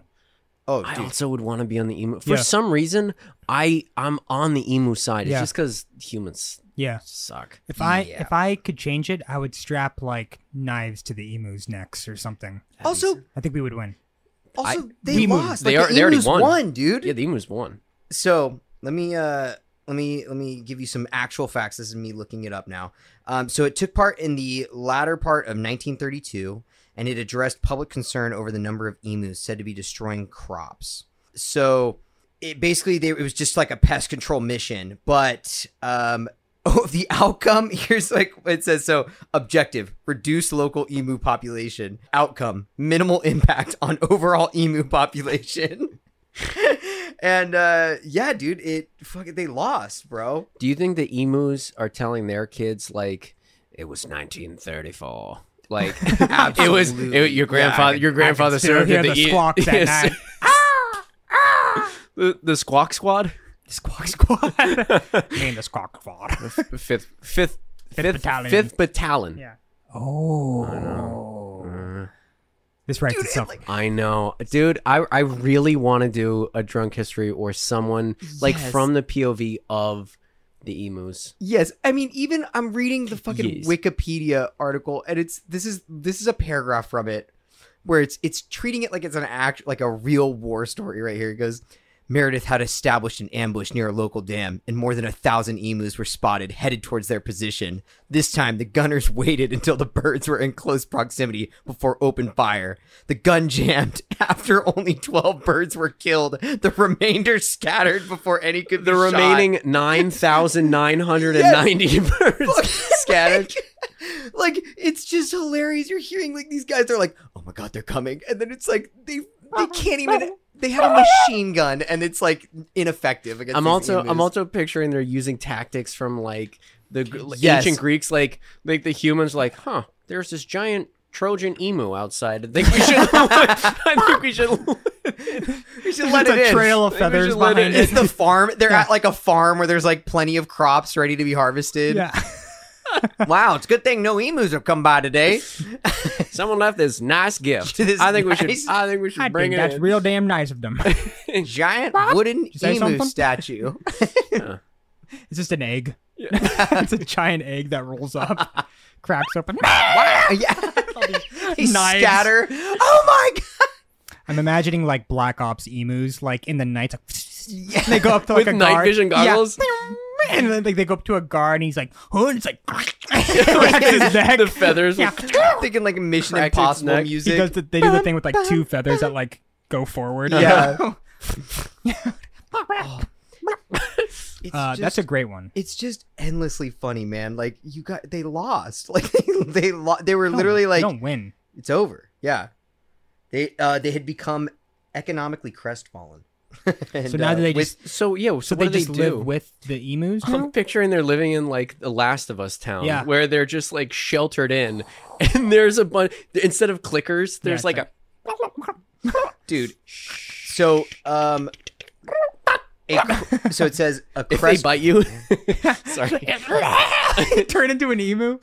Speaker 1: Oh,
Speaker 2: I
Speaker 1: dude.
Speaker 2: also would want to be on the emu. For
Speaker 4: Yeah.
Speaker 2: some reason, I I'm on the emu side. It's
Speaker 4: Yeah.
Speaker 2: just because humans
Speaker 4: Yeah.
Speaker 2: suck.
Speaker 4: If I
Speaker 1: Yeah.
Speaker 4: if I could change it, I would strap like knives to the emu's necks or something.
Speaker 1: Also,
Speaker 4: I think we would win.
Speaker 1: also they
Speaker 4: we moved.
Speaker 1: lost.
Speaker 2: They
Speaker 1: like,
Speaker 2: are-
Speaker 1: the
Speaker 2: they already
Speaker 1: Emus
Speaker 2: won.
Speaker 1: dude.
Speaker 2: Yeah, the emus won.
Speaker 1: so let me uh let me let me give you some actual facts this is me looking it up now um, so it took part in the latter part of 1932 and it addressed public concern over the number of emus said to be destroying crops so it basically they, it was just like a pest control mission but um Oh, the outcome here's like what it says so objective reduce local emu population outcome minimal impact on overall emu population and uh yeah dude it fucking they lost bro
Speaker 2: Do you think the emus are telling their kids like it was 1934? Like it was
Speaker 1: Absolutely.
Speaker 2: it, your grandfather.
Speaker 1: Yeah, I
Speaker 2: your grandfather
Speaker 4: still
Speaker 2: served
Speaker 4: hear
Speaker 2: at the, E-
Speaker 4: the squawks at
Speaker 2: Yes.
Speaker 4: night.
Speaker 2: the, the squawk squad.
Speaker 4: Squawk squad. Name the squawk squad.
Speaker 2: Fifth fifth fifth
Speaker 4: battalion.
Speaker 2: Fifth battalion.
Speaker 4: Yeah. Oh.
Speaker 2: Mm.
Speaker 4: This writes itself.
Speaker 2: I know, dude. I I really want to do a drunk history or someone like
Speaker 1: Yes.
Speaker 2: from the POV of the emus.
Speaker 1: yes i mean even i'm reading the fucking
Speaker 2: Yes.
Speaker 1: wikipedia article and it's this is this is a paragraph from it where it's it's treating it like it's an act like a real war story right here it goes meredith had established an ambush near a local dam and more than a thousand emus were spotted headed towards their position this time the gunners waited until the birds were in close proximity before open fire the gun jammed after only 12 birds were killed the remainder scattered before any could be
Speaker 2: The
Speaker 1: shot.
Speaker 2: remaining nine thousand nine hundred and ninety birds scattered.
Speaker 1: Like, it's just hilarious. You're hearing like these guys are like, "Oh my god, they're coming," and then it's like they they can't even. They have a machine gun, and it's like ineffective against.
Speaker 2: I'm
Speaker 1: these
Speaker 2: also
Speaker 1: emus.
Speaker 2: I'm also picturing they're using tactics from like the Gr- like,
Speaker 1: Yes.
Speaker 2: ancient Greeks, like like the humans, like huh? There's this giant Trojan emu outside. I think we should. I think we should.
Speaker 1: we should let it
Speaker 4: a
Speaker 1: in.
Speaker 4: trail of
Speaker 2: Maybe we should
Speaker 4: feathers
Speaker 2: let it
Speaker 4: behind
Speaker 2: in.
Speaker 4: it.
Speaker 1: It's the farm. They're
Speaker 4: Yeah.
Speaker 1: at like a farm where there's like plenty of crops ready to be harvested.
Speaker 4: Yeah.
Speaker 1: wow, it's a good thing no emus have come by today.
Speaker 2: Someone left this nice gift.
Speaker 1: This
Speaker 2: I think we
Speaker 1: nice-
Speaker 2: should. I think we should
Speaker 4: I
Speaker 2: bring
Speaker 4: think
Speaker 2: it.
Speaker 4: that's
Speaker 2: in.
Speaker 4: real damn nice of them.
Speaker 1: Giant wooden
Speaker 4: you say
Speaker 1: emu
Speaker 4: something?
Speaker 1: statue.
Speaker 4: it's just an egg.
Speaker 2: Yeah.
Speaker 4: it's a giant egg that rolls up, cracks open.
Speaker 1: wow. Yeah. They
Speaker 4: Knives.
Speaker 1: scatter. Oh my god.
Speaker 4: I'm imagining like Black Ops emus, like in the night. Like, they go up to like
Speaker 2: With
Speaker 4: a
Speaker 2: night
Speaker 4: guard.
Speaker 2: vision
Speaker 4: Yeah.
Speaker 2: goggles?
Speaker 4: And then like, they go up to a guard, and he's like, "Huh?" and it's like, cracks his neck.
Speaker 2: the feathers.
Speaker 4: Yeah.
Speaker 2: Will,
Speaker 1: Thinking like Mission
Speaker 2: Cracked its
Speaker 1: Impossible
Speaker 2: neck.
Speaker 4: He does
Speaker 1: music.
Speaker 4: the, they do the thing with like two feathers that like go forward. Oh,
Speaker 1: Yeah. It's
Speaker 4: uh, that's
Speaker 1: just-
Speaker 4: a great one.
Speaker 1: it's just endlessly funny, man. Like you got they lost. Like they they, lo- they were literally like
Speaker 4: don't win.
Speaker 1: it's over. Yeah. They uh they had become economically crestfallen. And,
Speaker 4: So now
Speaker 1: uh,
Speaker 4: do they
Speaker 1: with-
Speaker 4: just
Speaker 2: so yeah. So,
Speaker 4: so
Speaker 2: what
Speaker 4: they
Speaker 2: do
Speaker 4: just
Speaker 2: they do?
Speaker 4: live with the emus now?
Speaker 2: I'm picturing they're living in like the Last of Us town,
Speaker 4: Yeah.
Speaker 2: where they're just like sheltered in, and there's a bunch. Instead of clickers,
Speaker 4: Yeah,
Speaker 2: there's
Speaker 4: it's
Speaker 2: like,
Speaker 4: like-
Speaker 1: dude. So um a cr- so it says a
Speaker 2: a. If they
Speaker 1: crest
Speaker 2: bite you, sorry.
Speaker 1: Um,
Speaker 4: Turn into an emu?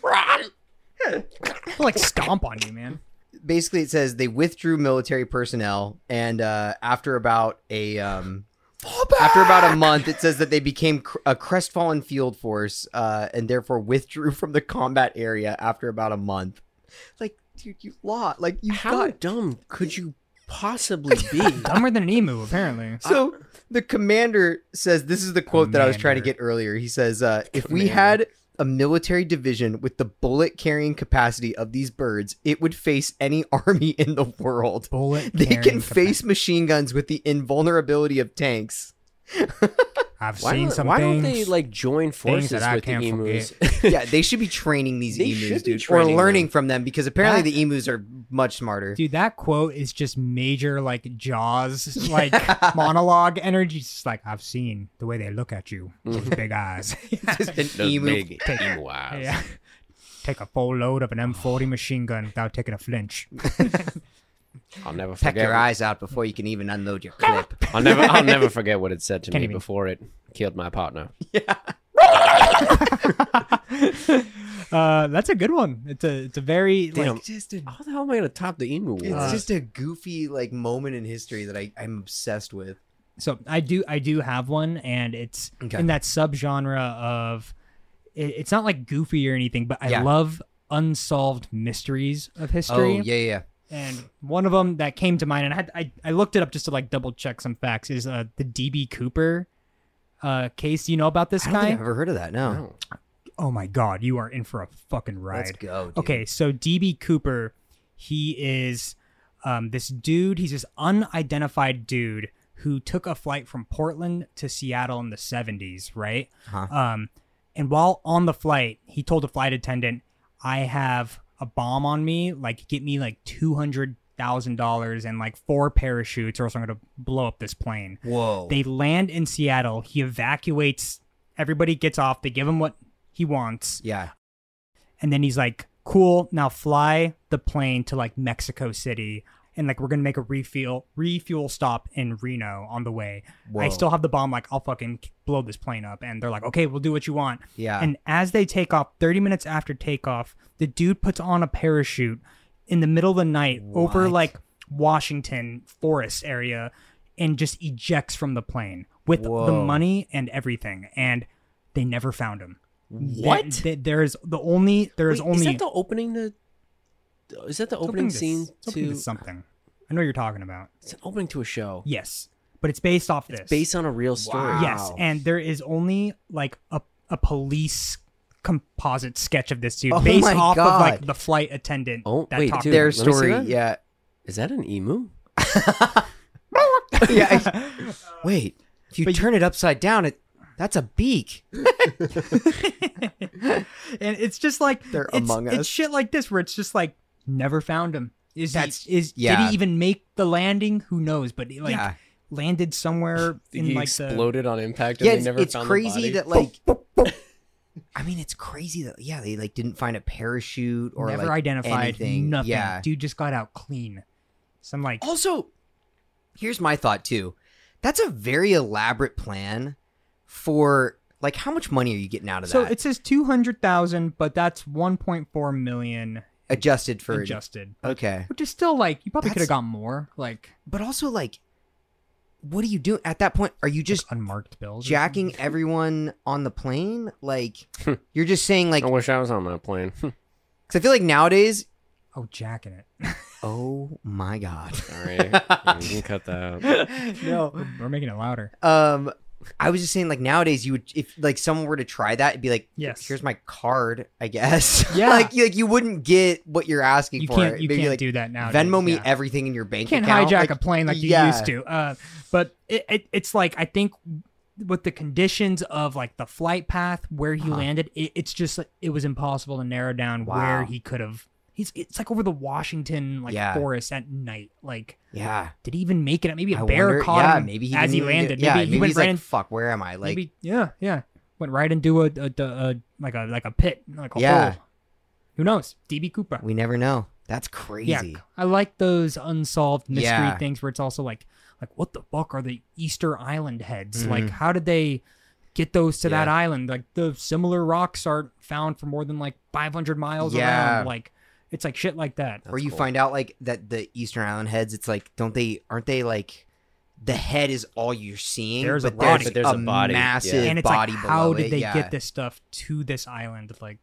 Speaker 4: They'll, like stomp on you, man.
Speaker 1: basically it says they withdrew military personnel and uh after about a um after about a month it says that they became cr- a crestfallen field force uh and therefore withdrew from the combat area after about a month like dude you lot like you
Speaker 2: How
Speaker 1: got
Speaker 2: dumb could you possibly be?
Speaker 4: Dumber than an emu, apparently.
Speaker 1: so the commander says this is the quote that I was trying to
Speaker 4: Commander.
Speaker 1: get earlier. He says, uh, if we had a military division with the bullet carrying capacity of these birds, it would face any army in the world.
Speaker 4: Bullet.
Speaker 1: They can
Speaker 4: carrying
Speaker 1: face machine guns with the invulnerability of tanks.
Speaker 4: capacity. I've
Speaker 2: Why,
Speaker 4: seen
Speaker 2: don't,
Speaker 4: some
Speaker 2: why don't they
Speaker 4: things.
Speaker 2: like join forces
Speaker 4: that I
Speaker 2: with the
Speaker 4: can't
Speaker 2: emus?
Speaker 1: Yeah, they should be training these
Speaker 2: They
Speaker 1: emus,
Speaker 2: should be
Speaker 1: dude, or
Speaker 2: training
Speaker 1: learning
Speaker 2: them.
Speaker 1: from them because apparently
Speaker 4: That-
Speaker 1: the emus are much smarter.
Speaker 4: Dude, that quote is just major like Jaws like monologue energy. It's just like I've seen the way they look at you
Speaker 1: Mm-hmm.
Speaker 4: with big eyes.
Speaker 1: Just an
Speaker 2: Those
Speaker 1: emu.
Speaker 2: big emu eyes.
Speaker 4: yeah. Take a full load of an M40 machine gun without taking a flinch.
Speaker 2: I'll never
Speaker 1: Peck
Speaker 2: forget.
Speaker 1: your eyes out before you can even unload your clip.
Speaker 2: I'll never. I'll never forget what it said to
Speaker 4: Can't
Speaker 2: me
Speaker 4: even-
Speaker 2: before it killed my partner.
Speaker 4: Uh, that's a good one. It's a it's a very
Speaker 2: Damn.
Speaker 4: like
Speaker 1: just a,
Speaker 2: How the hell am I gonna top the emu war?
Speaker 1: it's just a goofy like moment in history that I, I'm obsessed with.
Speaker 4: so I do I do have one and it's
Speaker 1: Okay.
Speaker 4: in that subgenre of it, it's not like goofy or anything, but I
Speaker 1: Yeah.
Speaker 4: love unsolved mysteries of
Speaker 1: Oh
Speaker 4: history.
Speaker 1: yeah, yeah, yeah.
Speaker 4: And one of them that came to mind, and I had I, I looked it up just to like double check some facts, is uh, the DB Cooper uh, case. Do you know about this
Speaker 1: I don't think
Speaker 4: guy?
Speaker 1: I've ever heard of that. No,
Speaker 2: No.
Speaker 4: Oh my god, you are in for a fucking ride.
Speaker 1: let's go. Dude.
Speaker 4: Okay, so DB Cooper, he is um, this dude. He's this unidentified dude who took a flight from Portland to Seattle in the 70s, right?
Speaker 1: Uh-huh.
Speaker 4: Um, and while on the flight, he told a flight attendant, I have a bomb on me. Like, get me like $200,000 and like four parachutes, or else I'm going to blow up this plane.
Speaker 1: Whoa.
Speaker 4: They land in Seattle. He evacuates. Everybody gets off. They give him what he wants
Speaker 1: yeah.
Speaker 4: and then he's like cool now fly the plane to like mexico city and like we're gonna make a refuel refuel stop in reno on the way
Speaker 1: Whoa.
Speaker 4: i still have the bomb like i'll fucking blow this plane up and they're like okay we'll do what you want
Speaker 1: Yeah.
Speaker 4: and as they take off 30 minutes after takeoff the dude puts on a parachute in the middle of the night over
Speaker 1: What?
Speaker 4: like washington forest area and just ejects from the plane with the
Speaker 1: Whoa.
Speaker 4: money and everything and they never found him what? there is the only there is
Speaker 2: Wait,
Speaker 4: only
Speaker 2: Is that the opening? The is that the
Speaker 4: it's
Speaker 2: opening
Speaker 4: to-
Speaker 2: scene
Speaker 4: it's opening
Speaker 2: to?
Speaker 4: to something. I know what you're talking about.
Speaker 2: It's an opening to a show.
Speaker 4: Yes, but it's based off this.
Speaker 2: It's based on a real story.
Speaker 4: yes, and there is only like a a police composite sketch of this dude
Speaker 1: Oh
Speaker 4: based
Speaker 1: my
Speaker 4: off of like
Speaker 1: God.
Speaker 4: the flight attendant.
Speaker 2: Oh,
Speaker 4: that
Speaker 2: wait,
Speaker 4: talked
Speaker 2: dude.
Speaker 4: to him.
Speaker 1: Their
Speaker 2: let me see
Speaker 1: story.
Speaker 2: that.
Speaker 1: Yeah.
Speaker 2: Is that an emu?
Speaker 1: yeah. I- wait. If you
Speaker 4: But you-
Speaker 1: turn it upside down, it that's a beak.
Speaker 4: and it's just like
Speaker 1: They're
Speaker 4: it's,
Speaker 1: Among Us.
Speaker 4: It's shit like this where it's just like never found him. Is
Speaker 1: That's-
Speaker 4: that's is did
Speaker 1: yeah.
Speaker 4: he even make the landing? Who knows? But he like
Speaker 1: yeah.
Speaker 4: landed somewhere in
Speaker 2: he
Speaker 4: like the
Speaker 2: exploded on impact. And
Speaker 1: Yeah.
Speaker 2: they
Speaker 1: It's,
Speaker 2: never
Speaker 1: it's
Speaker 2: found
Speaker 1: crazy
Speaker 2: the
Speaker 1: that like. I mean, it's crazy that yeah they like didn't find a parachute or
Speaker 4: never
Speaker 1: like,
Speaker 4: identified
Speaker 1: anything.
Speaker 4: nothing.
Speaker 1: Yeah.
Speaker 4: Dude just got out clean. So I'm like,
Speaker 1: Also, here's my thought too. That's a very elaborate plan for Like, how much money are you getting out of
Speaker 4: So
Speaker 1: that?
Speaker 4: it says 200,000, but that's 1.4 million
Speaker 1: adjusted for
Speaker 4: adjusted.
Speaker 1: Okay,
Speaker 4: Which is still like you probably could
Speaker 1: That's-
Speaker 4: have got more, like
Speaker 1: but also like, what do you do at that point? Are you just
Speaker 4: unmarked bills. or
Speaker 1: jacking everyone on the plane? Like, you're just saying
Speaker 4: Oh,
Speaker 1: like,
Speaker 2: I wish I was on that plane.
Speaker 1: because I feel like nowadays,
Speaker 4: something. Oh, jacking it.
Speaker 1: oh my god.
Speaker 2: All right, you can cut that. Out.
Speaker 1: no.
Speaker 4: We're making it louder.
Speaker 1: Um, I was just saying like nowadays you would if like someone were to try that, it'd be like,
Speaker 4: Yes.
Speaker 1: here's my card, I guess.
Speaker 4: Yeah.
Speaker 1: like you- like you wouldn't get what you're asking
Speaker 4: You
Speaker 1: for.
Speaker 4: can't. You
Speaker 1: They'd be
Speaker 4: can't
Speaker 1: like,
Speaker 4: do that now.
Speaker 1: Venmo me
Speaker 4: yeah.
Speaker 1: everything in your bank
Speaker 4: You can't
Speaker 1: account.
Speaker 4: hijack
Speaker 1: Like,
Speaker 4: a plane like you
Speaker 1: yeah.
Speaker 4: used to. Uh, but it, it, it's like I think with the conditions of like the flight path where he
Speaker 1: Uh-huh.
Speaker 4: landed, it, it's just like, it was impossible to narrow down
Speaker 1: Wow.
Speaker 4: where he could have. He's it's like over the Washington like
Speaker 1: Yeah.
Speaker 4: forest at night. Like
Speaker 1: Yeah.
Speaker 4: did he even make it? Maybe a
Speaker 1: I
Speaker 4: bear
Speaker 1: wonder-
Speaker 4: caught
Speaker 1: yeah,
Speaker 4: him
Speaker 1: maybe he
Speaker 4: as
Speaker 1: didn't
Speaker 4: he
Speaker 1: even get-
Speaker 4: landed.
Speaker 1: yeah,
Speaker 4: maybe he went
Speaker 1: he's
Speaker 4: right
Speaker 1: like,
Speaker 4: in.
Speaker 1: fuck, where am I? Like
Speaker 4: maybe yeah, yeah. Went right into a, a, a, a like a like a pit, like a
Speaker 1: Yeah.
Speaker 4: hole. Who knows? DB Cooper.
Speaker 1: we never know. That's crazy.
Speaker 4: Yeah, I like those unsolved mystery
Speaker 1: Yeah.
Speaker 4: things where it's also like, like what the fuck are the Easter Island heads? Like,
Speaker 1: Mhm.
Speaker 4: how did they get those to that
Speaker 2: Yeah.
Speaker 4: island? Like, the similar rocks aren't found for more than like 500 miles
Speaker 1: Yeah.
Speaker 4: around. Like, it's like shit like that.
Speaker 1: or you find out like that the Eastern Island heads, it's like, don't they aren't they like the head is all you're seeing?
Speaker 4: There's a
Speaker 1: but
Speaker 4: body.
Speaker 1: There's,
Speaker 2: But there's
Speaker 1: a,
Speaker 2: a body, yeah.
Speaker 1: massive
Speaker 4: And it's
Speaker 1: body
Speaker 4: like, how
Speaker 1: below
Speaker 4: did
Speaker 1: it,
Speaker 4: they
Speaker 1: yeah.
Speaker 4: get this stuff to this island? Like,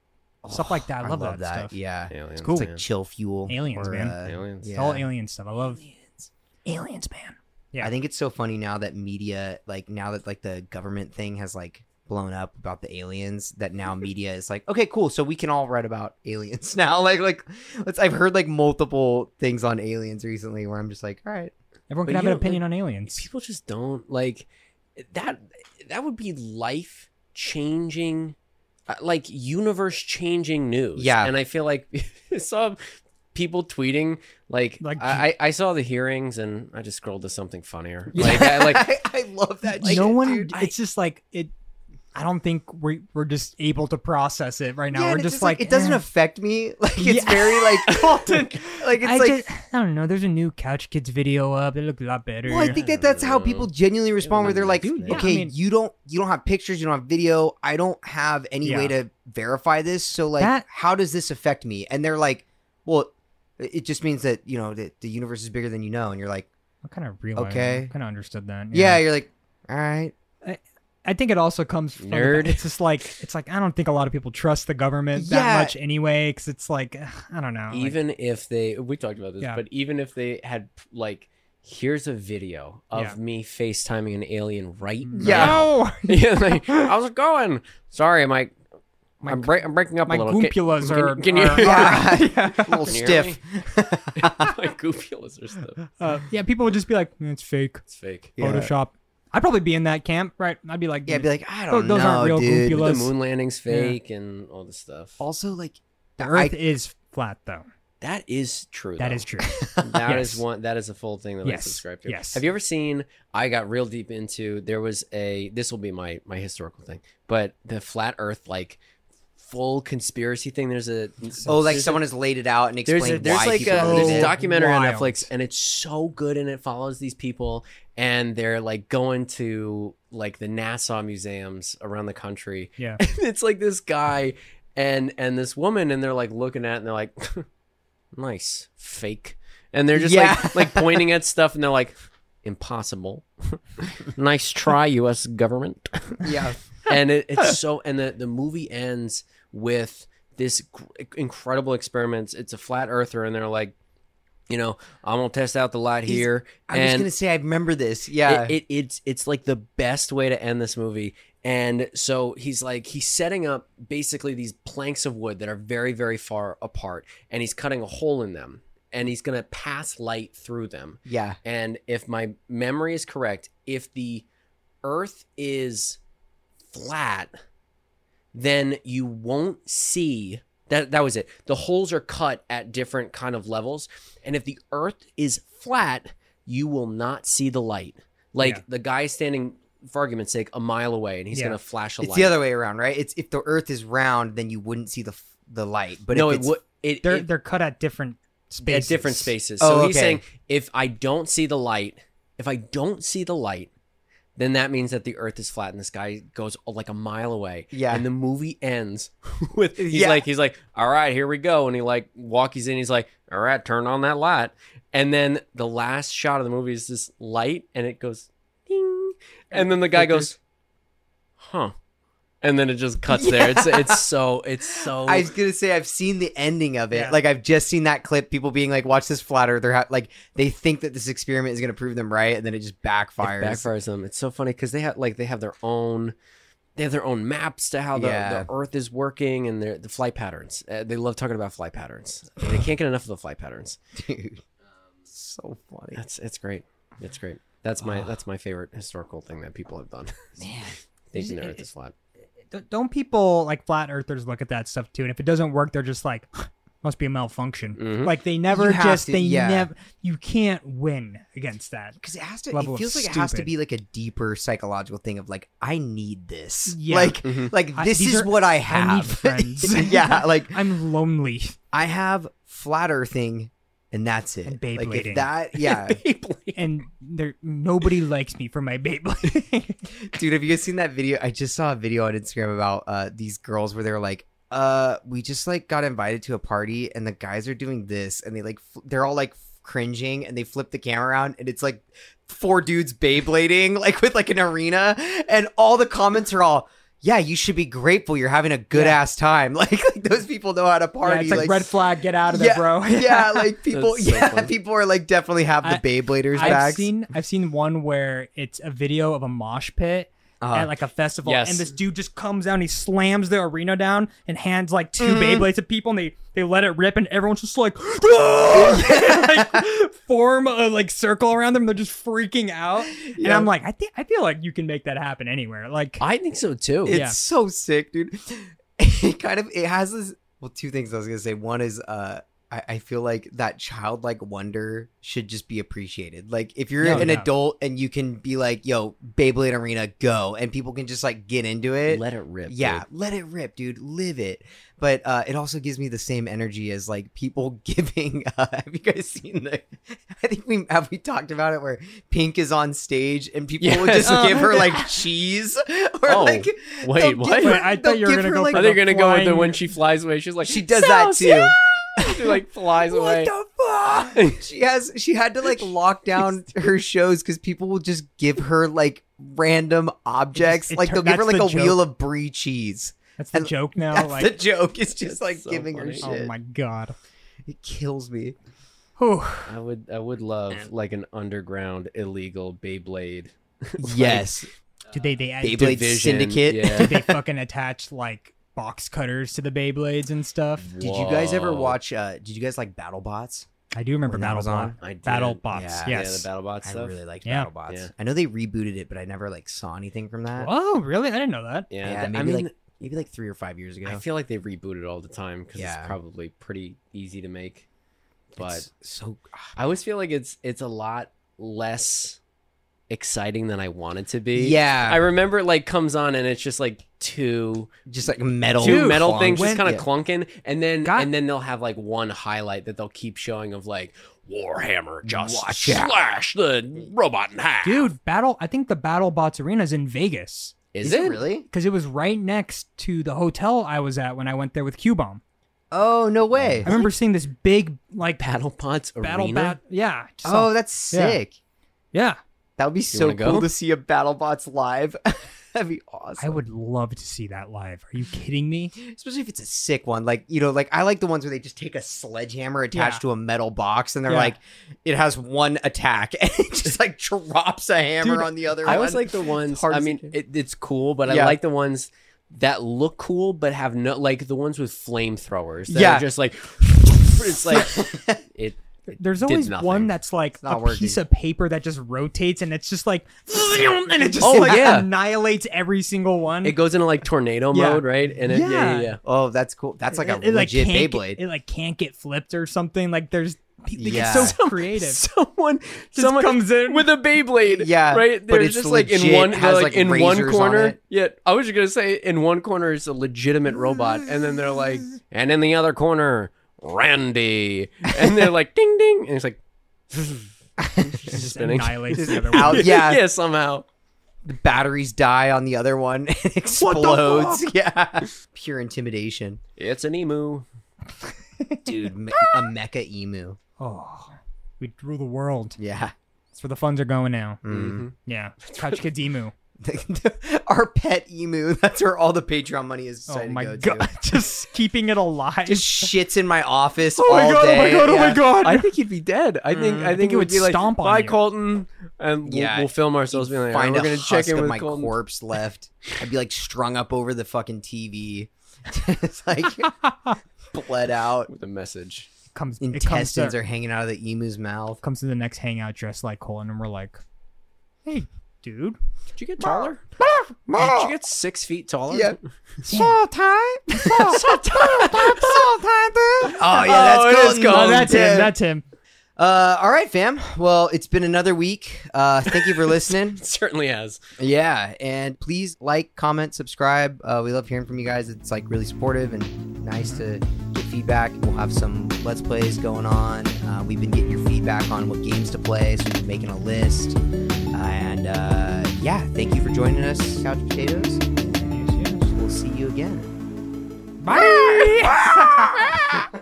Speaker 4: stuff like that. I love, that, stuff.
Speaker 1: Yeah.
Speaker 2: Aliens,
Speaker 1: It's
Speaker 2: cool.
Speaker 1: It's like chill fuel.
Speaker 4: Aliens,
Speaker 1: or,
Speaker 4: man.
Speaker 1: uh,
Speaker 2: Aliens.
Speaker 4: It's all
Speaker 1: yeah.
Speaker 4: alien stuff. I love aliens. Aliens, man. Yeah.
Speaker 1: I think it's so funny now that media, like now that like the government thing has like blown up about the aliens, that now media is like, okay, cool, so we can all write about aliens now. Like, like let's. I've heard like multiple things on aliens recently where I'm just like, all right,
Speaker 4: Everyone
Speaker 2: But
Speaker 4: can have
Speaker 2: you
Speaker 4: an
Speaker 2: don't
Speaker 4: opinion on aliens.
Speaker 2: people just don't like that that would be life changing uh, like universe changing news
Speaker 1: Yeah.
Speaker 2: and i feel like some people tweeting like,
Speaker 4: Like-
Speaker 2: I, I I saw the hearings and i just scrolled to something funnier
Speaker 4: Yeah.
Speaker 2: like I, like
Speaker 1: I, I love that.
Speaker 4: Like,
Speaker 1: shit,
Speaker 4: no one.
Speaker 1: dude.
Speaker 4: it's just like it. I don't think we we're just able to process it right now.
Speaker 1: Yeah,
Speaker 4: we're
Speaker 1: and it's
Speaker 4: just, like,
Speaker 1: it doesn't
Speaker 4: eh.
Speaker 1: affect me. Like it's
Speaker 4: Yeah.
Speaker 1: very like Colton. Like it's
Speaker 4: I
Speaker 1: like
Speaker 4: just, I don't know. There's a new Couch Kids video up. It looked a lot better.
Speaker 1: Well, I think that that's how people genuinely respond, where they're like,
Speaker 2: Dude, yeah, I
Speaker 1: "Okay,
Speaker 4: mean-
Speaker 1: you don't you don't have pictures, you don't have video. I don't have any way to verify this. So, like,
Speaker 4: That-
Speaker 1: how does this affect me?" And they're like, "Well, it it just means that you know that the universe is bigger than you know." And you're like,
Speaker 4: I kind of realized.
Speaker 1: Okay.
Speaker 4: Kind of understood that.
Speaker 1: "Yeah." You're like, "All right,
Speaker 4: I think it also comes from the
Speaker 2: Nerd.
Speaker 4: fact- it's just like it's like I don't think a lot of people trust the government
Speaker 1: Yeah.
Speaker 4: that much anyway. Because it's like ugh, I don't know. like-
Speaker 2: even if they we talked about this
Speaker 4: Yeah.
Speaker 2: but even if they had like here's a video of
Speaker 4: Yeah.
Speaker 2: me facetiming an alien right
Speaker 1: Yeah.
Speaker 2: now
Speaker 4: mm, No,
Speaker 2: yeah like, how's it going sorry mike
Speaker 4: My
Speaker 2: I'm, break I'm breaking up
Speaker 4: my
Speaker 2: a little Can-
Speaker 4: gumpulas
Speaker 2: can-
Speaker 4: are.
Speaker 2: can you-
Speaker 4: are-
Speaker 1: Yeah.
Speaker 4: yeah.
Speaker 1: a little
Speaker 2: Can you hear
Speaker 1: stiff."
Speaker 2: my goofilas are stuff.
Speaker 4: Uh, yeah, people would just be like, "Mm, it's fake.
Speaker 2: It's fake.
Speaker 1: Yeah.
Speaker 4: Photoshop. I'd probably be in that camp, right? I'd be like,
Speaker 1: yeah, I'd be like, "I
Speaker 4: Those-
Speaker 1: don't
Speaker 4: those
Speaker 1: know,
Speaker 4: aren't real
Speaker 1: dude."
Speaker 4: goopy
Speaker 2: The
Speaker 4: Plus-
Speaker 2: moon landing's fake and all this stuff.
Speaker 1: Also, like,
Speaker 4: the
Speaker 1: I-
Speaker 4: Earth is flat, though.
Speaker 2: that is true.
Speaker 4: That
Speaker 2: though.
Speaker 4: is true.
Speaker 2: That is
Speaker 4: Yes.
Speaker 2: one. That is a full thing that I
Speaker 4: Yes.
Speaker 2: subscribe to.
Speaker 4: Yes.
Speaker 2: Have you ever seen? I got real deep into. There was a. This will be my my historical thing, but the flat Earth like full conspiracy thing. There's a
Speaker 1: oh, like
Speaker 2: there's a-
Speaker 1: someone has laid it out and
Speaker 2: There's a,
Speaker 1: explained
Speaker 2: there's
Speaker 1: why
Speaker 2: like a,
Speaker 1: people
Speaker 2: there's
Speaker 1: believe
Speaker 2: a
Speaker 1: it.
Speaker 2: documentary on
Speaker 4: Wild.
Speaker 2: Netflix and it's so good and it follows these people and they're like going to like the NASA museums around the country.
Speaker 4: Yeah.
Speaker 2: And it's like this guy and and this woman and they're like looking at it and they're like nice fake. And they're just
Speaker 1: Yeah.
Speaker 2: like like pointing at stuff and they're like impossible. nice try US government
Speaker 1: yeah,
Speaker 2: and it, it's so and the, the movie ends with this gr- incredible experiments it's a flat earther and they're like you know i'm gonna test out the light
Speaker 1: He's-
Speaker 2: here
Speaker 1: I was
Speaker 2: and
Speaker 1: gonna say I remember this. Yeah,
Speaker 2: it, it, it's it's like the best way to end this movie and so he's like he's setting up basically these planks of wood that are very very far apart and he's cutting a hole in them and he's gonna pass light through them
Speaker 1: yeah,
Speaker 2: and if my memory is correct, if the earth is flat, then you won't see that that was it. The holes are cut at different kind of levels. And if the earth is flat, you will not see the light. Like
Speaker 4: Yeah.
Speaker 2: the guy is standing for argument's sake a mile away and he's
Speaker 4: Yeah.
Speaker 2: gonna flash a
Speaker 1: it's
Speaker 2: light.
Speaker 1: the other way around, right? It's if the Earth is round, then you wouldn't see the f- the light. But
Speaker 2: no,
Speaker 1: if
Speaker 2: it
Speaker 1: it's
Speaker 2: would it,
Speaker 4: They're
Speaker 2: it-
Speaker 4: they're cut at different
Speaker 2: at
Speaker 4: spaces.
Speaker 2: different spaces.
Speaker 1: Oh,
Speaker 2: so he's
Speaker 1: okay.
Speaker 2: saying if I don't see the light, if I don't see the light, then that means that the Earth is flat and the sky goes oh, like a mile away.
Speaker 1: Yeah.
Speaker 2: And the movie ends with he's
Speaker 1: Yeah.
Speaker 2: like he's like, all right, here we go, and he like walkies in. He's like, all right, turn on that light, and then the last shot of the movie is this light, and it goes ding, and then the guy goes, huh, and then it just cuts there. It's it's so it's so
Speaker 1: I was gonna say I've seen the ending of it.
Speaker 4: Yeah.
Speaker 1: Like I've just seen that clip. People being like, "Watch this flat earther." ha- Like they think that this experiment is gonna prove them right, and then it just backfires.
Speaker 2: It backfires them. It's so funny because they have like they have their own they have their own maps to how the,
Speaker 1: Yeah.
Speaker 2: the Earth is working and their the flight patterns. Uh, they love talking about flight patterns. they can't get enough of the flight patterns.
Speaker 1: Dude, so funny.
Speaker 2: That's it's great. It's great. That's my that's my favorite historical thing that people have done.
Speaker 4: Man.
Speaker 2: Thinking the Earth is flat.
Speaker 4: Don't- Don't people like flat earthers look at that stuff too? And if it doesn't work, they're just like, must be a malfunction.
Speaker 2: Mhm.
Speaker 4: Like they never
Speaker 1: Mm-hmm. have
Speaker 4: just
Speaker 1: to,
Speaker 4: they
Speaker 1: yeah.
Speaker 4: never you can't win against that.
Speaker 1: Because it has to. It
Speaker 4: Level of
Speaker 1: feels like it has to
Speaker 4: stupid.
Speaker 1: be like a deeper psychological thing of like, I need this.
Speaker 4: Yeah.
Speaker 1: Like,
Speaker 2: Mhm.
Speaker 1: like
Speaker 4: I-
Speaker 1: this
Speaker 4: these
Speaker 1: is
Speaker 4: are-
Speaker 1: what I have.
Speaker 4: I need friends.
Speaker 1: yeah. Like
Speaker 4: I'm lonely.
Speaker 1: I have flat earthing, and that's it.
Speaker 4: And
Speaker 1: like if
Speaker 4: Beyblading.
Speaker 1: that. Yeah.
Speaker 4: and there nobody likes me for my Beyblade.
Speaker 1: Dude, have you guys seen that video? I just saw a video on Instagram about uh, these girls where they're like, uh, we just like got invited to a party and the guys are doing this and they like, fl- they're all like cringing and they flip the camera around and it's like four dudes Beyblading like with like an arena and all the comments are all, yeah, you should be grateful you're having a good ass time. Like, like those people know how to
Speaker 4: yeah,
Speaker 1: party.
Speaker 4: it's like, red flag, get out of there,
Speaker 1: yeah,
Speaker 4: bro.
Speaker 1: yeah, like people,
Speaker 2: That's so
Speaker 1: yeah,
Speaker 2: funny.
Speaker 1: people are like definitely have the
Speaker 4: I-
Speaker 1: Beybladers
Speaker 4: I've
Speaker 1: back.
Speaker 4: seen I've seen one where it's a video of a mosh pit
Speaker 1: Uh-huh.
Speaker 4: at like a festival,
Speaker 2: Yes.
Speaker 4: and this dude just comes down, he slams the arena down, and hands like two Beyblades to people, and they they let it rip, and everyone's just like, "Ah!" like form a like circle around them. They're just freaking out, and
Speaker 1: Yeah.
Speaker 4: I'm like, I think I feel like you can make that happen anywhere. Like,
Speaker 2: I think so too.
Speaker 1: It's
Speaker 4: Yeah.
Speaker 1: so sick, dude. It kind of it has this well, two things I was gonna say. One is uh I, I feel like that childlike wonder should just be appreciated. Like if you're
Speaker 4: Yeah,
Speaker 1: an
Speaker 4: yeah.
Speaker 1: adult and you can be like, yo, Beyblade Arena, go and people can just like get into it.
Speaker 2: Let it rip.
Speaker 1: yeah,
Speaker 2: dude.
Speaker 1: let it rip, dude. Live it. But uh, it also gives me the same energy as like people giving. Uh, have you guys seen the? I think we have we talked about it where Pink is on stage and people will
Speaker 2: Yes.
Speaker 1: just give her like cheese or
Speaker 2: Oh.
Speaker 1: like
Speaker 2: Wait,
Speaker 1: They'll
Speaker 2: what?
Speaker 1: give her-
Speaker 4: Wait, I thought
Speaker 1: they'll
Speaker 4: you were
Speaker 1: give
Speaker 4: gonna
Speaker 1: her,
Speaker 4: go
Speaker 1: like-
Speaker 4: for
Speaker 2: Are
Speaker 4: the
Speaker 2: they gonna go with the
Speaker 4: flying-
Speaker 2: when she flies away? She's like
Speaker 1: She does that
Speaker 2: "Sauce,
Speaker 1: too.
Speaker 2: yeah!" She like flies
Speaker 1: What
Speaker 2: away.
Speaker 1: the fuck? she has she had to like lock down her shows because people will just give her like random objects.
Speaker 4: it
Speaker 1: like
Speaker 4: tur-
Speaker 1: they'll give her like
Speaker 4: that's
Speaker 1: a
Speaker 4: the
Speaker 1: wheel of brie cheese.
Speaker 4: that's the
Speaker 1: and
Speaker 4: joke now.
Speaker 1: That's
Speaker 4: like,
Speaker 1: the joke. It's just
Speaker 2: That's
Speaker 1: like
Speaker 2: so
Speaker 1: giving her
Speaker 2: funny.
Speaker 1: shit.
Speaker 4: oh my god.
Speaker 1: It kills me.
Speaker 4: Whew.
Speaker 2: I would I would love like an underground illegal Beyblade. like,
Speaker 1: yes.
Speaker 4: Did they they
Speaker 1: Beyblade
Speaker 2: division.
Speaker 1: Syndicate.
Speaker 2: Yeah.
Speaker 4: did they fucking attach like box cutters to the Beyblades and stuff?
Speaker 1: Did you guys ever
Speaker 2: Whoa.
Speaker 1: watch uh did you guys like BattleBots?
Speaker 4: I do remember
Speaker 1: When that was
Speaker 4: Battlebot.
Speaker 1: on?
Speaker 2: I did.
Speaker 4: Battlebots,
Speaker 1: Yeah.
Speaker 2: Yeah,
Speaker 4: yes.
Speaker 2: the BattleBot stuff.
Speaker 1: I really liked
Speaker 4: Yeah.
Speaker 1: BattleBots.
Speaker 2: Yeah.
Speaker 1: I know they rebooted it, but I never like saw anything from that.
Speaker 4: oh, really? I didn't know that.
Speaker 2: yeah,
Speaker 1: Yeah,
Speaker 2: th-
Speaker 1: maybe
Speaker 2: I mean,
Speaker 1: like maybe like three or five years ago.
Speaker 2: I feel like they reboot it all the time because
Speaker 1: Yeah.
Speaker 2: it's probably pretty easy to make. But
Speaker 1: It's so
Speaker 2: I always feel like it's it's a lot less exciting than I want it to be.
Speaker 1: yeah,
Speaker 2: I remember it like comes on and it's just like two
Speaker 1: just like metal,
Speaker 2: two
Speaker 1: Dude,
Speaker 2: metal
Speaker 1: clonk.
Speaker 2: things just
Speaker 1: When-
Speaker 2: kind of
Speaker 1: yeah.
Speaker 2: clunking and then
Speaker 4: God-
Speaker 2: and then they'll have like one highlight that they'll keep showing of like Warhammer just
Speaker 1: Watch out.
Speaker 2: slash the robot in half.
Speaker 4: Dude, battle. I think the BattleBots arena is in Vegas
Speaker 2: is,
Speaker 1: it really?
Speaker 4: because it was right next to the hotel I was at when I went there with Q Bomb.
Speaker 1: Oh no way!
Speaker 4: I remember seeing this big like
Speaker 2: BattleBots Arena?
Speaker 4: battle bat. Yeah. just
Speaker 1: Oh,
Speaker 4: a-
Speaker 1: that's
Speaker 4: Yeah.
Speaker 1: sick.
Speaker 4: yeah.
Speaker 1: That would be so
Speaker 2: wanna go?
Speaker 1: cool to see a BattleBots live. That'd be
Speaker 4: I
Speaker 1: awesome,
Speaker 4: would love to see that live. Are you kidding me?
Speaker 1: especially if it's a sick one. Like you know, like I like the ones where they just take a sledgehammer attached to
Speaker 4: Yeah.
Speaker 1: a metal box, and they're
Speaker 4: Yeah.
Speaker 1: like, it has one attack, and it just like drops a hammer
Speaker 4: Dude,
Speaker 1: on the other.
Speaker 2: I
Speaker 1: one.
Speaker 2: always like the ones.
Speaker 1: hard
Speaker 2: I
Speaker 1: as it
Speaker 2: mean,
Speaker 1: is.
Speaker 2: it, it's cool, but I
Speaker 1: Yeah.
Speaker 2: like the ones that look cool but have no like the ones with flamethrowers. That
Speaker 1: Yeah.
Speaker 2: are just like it's like it. it
Speaker 4: There's
Speaker 2: did
Speaker 4: always
Speaker 2: nothing.
Speaker 4: one that's like
Speaker 1: not
Speaker 4: a
Speaker 1: working.
Speaker 4: piece of paper that just rotates and it's just like and it just
Speaker 2: Oh,
Speaker 4: like
Speaker 2: yeah.
Speaker 4: annihilates every single one.
Speaker 2: It goes into like tornado
Speaker 4: Yeah.
Speaker 2: mode, right? And it, yeah, yeah,
Speaker 4: Yeah.
Speaker 2: yeah.
Speaker 1: Oh, that's cool. That's like a
Speaker 4: it,
Speaker 1: legit
Speaker 4: can't
Speaker 1: Beyblade.
Speaker 4: Get, it like can't get flipped or something. Like there's they
Speaker 1: Yeah.
Speaker 4: get so creative.
Speaker 2: Someone,
Speaker 4: Just
Speaker 2: someone
Speaker 4: comes in.
Speaker 2: with a Beyblade.
Speaker 1: Yeah,
Speaker 2: right.
Speaker 1: but
Speaker 2: They're
Speaker 1: it's
Speaker 2: just like in
Speaker 1: legit,
Speaker 2: one,
Speaker 1: has,
Speaker 2: they're, like,
Speaker 1: like,
Speaker 2: in one
Speaker 1: razors on
Speaker 2: corner.
Speaker 1: it.
Speaker 2: yeah, I was just gonna say in one corner is a legitimate robot, and then they're like, and in the other corner, Randy, and they're like, ding ding, and it's like.
Speaker 4: It just
Speaker 2: spinning.
Speaker 4: annihilates
Speaker 1: Just
Speaker 4: the other
Speaker 1: out-
Speaker 4: one.
Speaker 1: yeah.
Speaker 2: yeah, somehow.
Speaker 1: the batteries die on the other one. It explodes. Yeah. Pure intimidation.
Speaker 2: It's an emu.
Speaker 1: Dude, me- a mecha emu.
Speaker 4: Oh, we drew the world.
Speaker 1: Yeah.
Speaker 4: That's where the funds are going now.
Speaker 2: Mm-hmm.
Speaker 1: Mm.
Speaker 4: Yeah, Touch Kadimu.
Speaker 1: Our pet emu. That's where all the Patreon money is
Speaker 4: Oh
Speaker 1: decided
Speaker 4: my
Speaker 1: to go
Speaker 4: god,
Speaker 1: to.
Speaker 4: just keeping it alive.
Speaker 1: Just shits in my office
Speaker 2: Oh my
Speaker 1: all
Speaker 2: God, oh my
Speaker 1: day.
Speaker 2: God, oh my
Speaker 1: Yeah.
Speaker 4: god.
Speaker 2: I think he'd be dead. I think I think, it would, be like
Speaker 4: stomp on
Speaker 2: bye
Speaker 4: you."
Speaker 2: Colton, and we'll,
Speaker 1: Yeah.
Speaker 2: we'll film ourselves being like, "All right,
Speaker 1: Find
Speaker 2: we're
Speaker 1: a
Speaker 2: gonna
Speaker 1: husk
Speaker 2: check in
Speaker 1: of
Speaker 2: with
Speaker 1: my
Speaker 2: Colton.
Speaker 1: corpse left. I'd be like strung up over the fucking TV. it's like bled out.
Speaker 2: with a message.
Speaker 4: comes it comes
Speaker 1: Intestines
Speaker 4: to,
Speaker 1: are hanging out of the emu's mouth.
Speaker 4: comes to the next hangout dressed like Colin, and we're like, "Hey, dude,
Speaker 2: Did you get taller? Did you get six feet taller?
Speaker 1: Yeah.
Speaker 5: Soul time. Soul time. Soul time, dude.
Speaker 1: Oh yeah, that's
Speaker 2: Oh, it
Speaker 1: cool.
Speaker 2: is Colton.
Speaker 4: oh, that's him, that's him."
Speaker 1: uh, all right, fam. Well, it's been another week. Uh, thank you for listening.
Speaker 2: Certainly has.
Speaker 1: yeah, and please like, comment, subscribe. Uh, we love hearing from you guys. It's like really supportive and nice to get feedback. We'll have some let's plays going on. Uh, we've been getting your feedback on what games to play, so we've been making a list. Uh, And uh, yeah, thank you for joining us, Couch Potatoes. We'll see you again.
Speaker 4: Bye.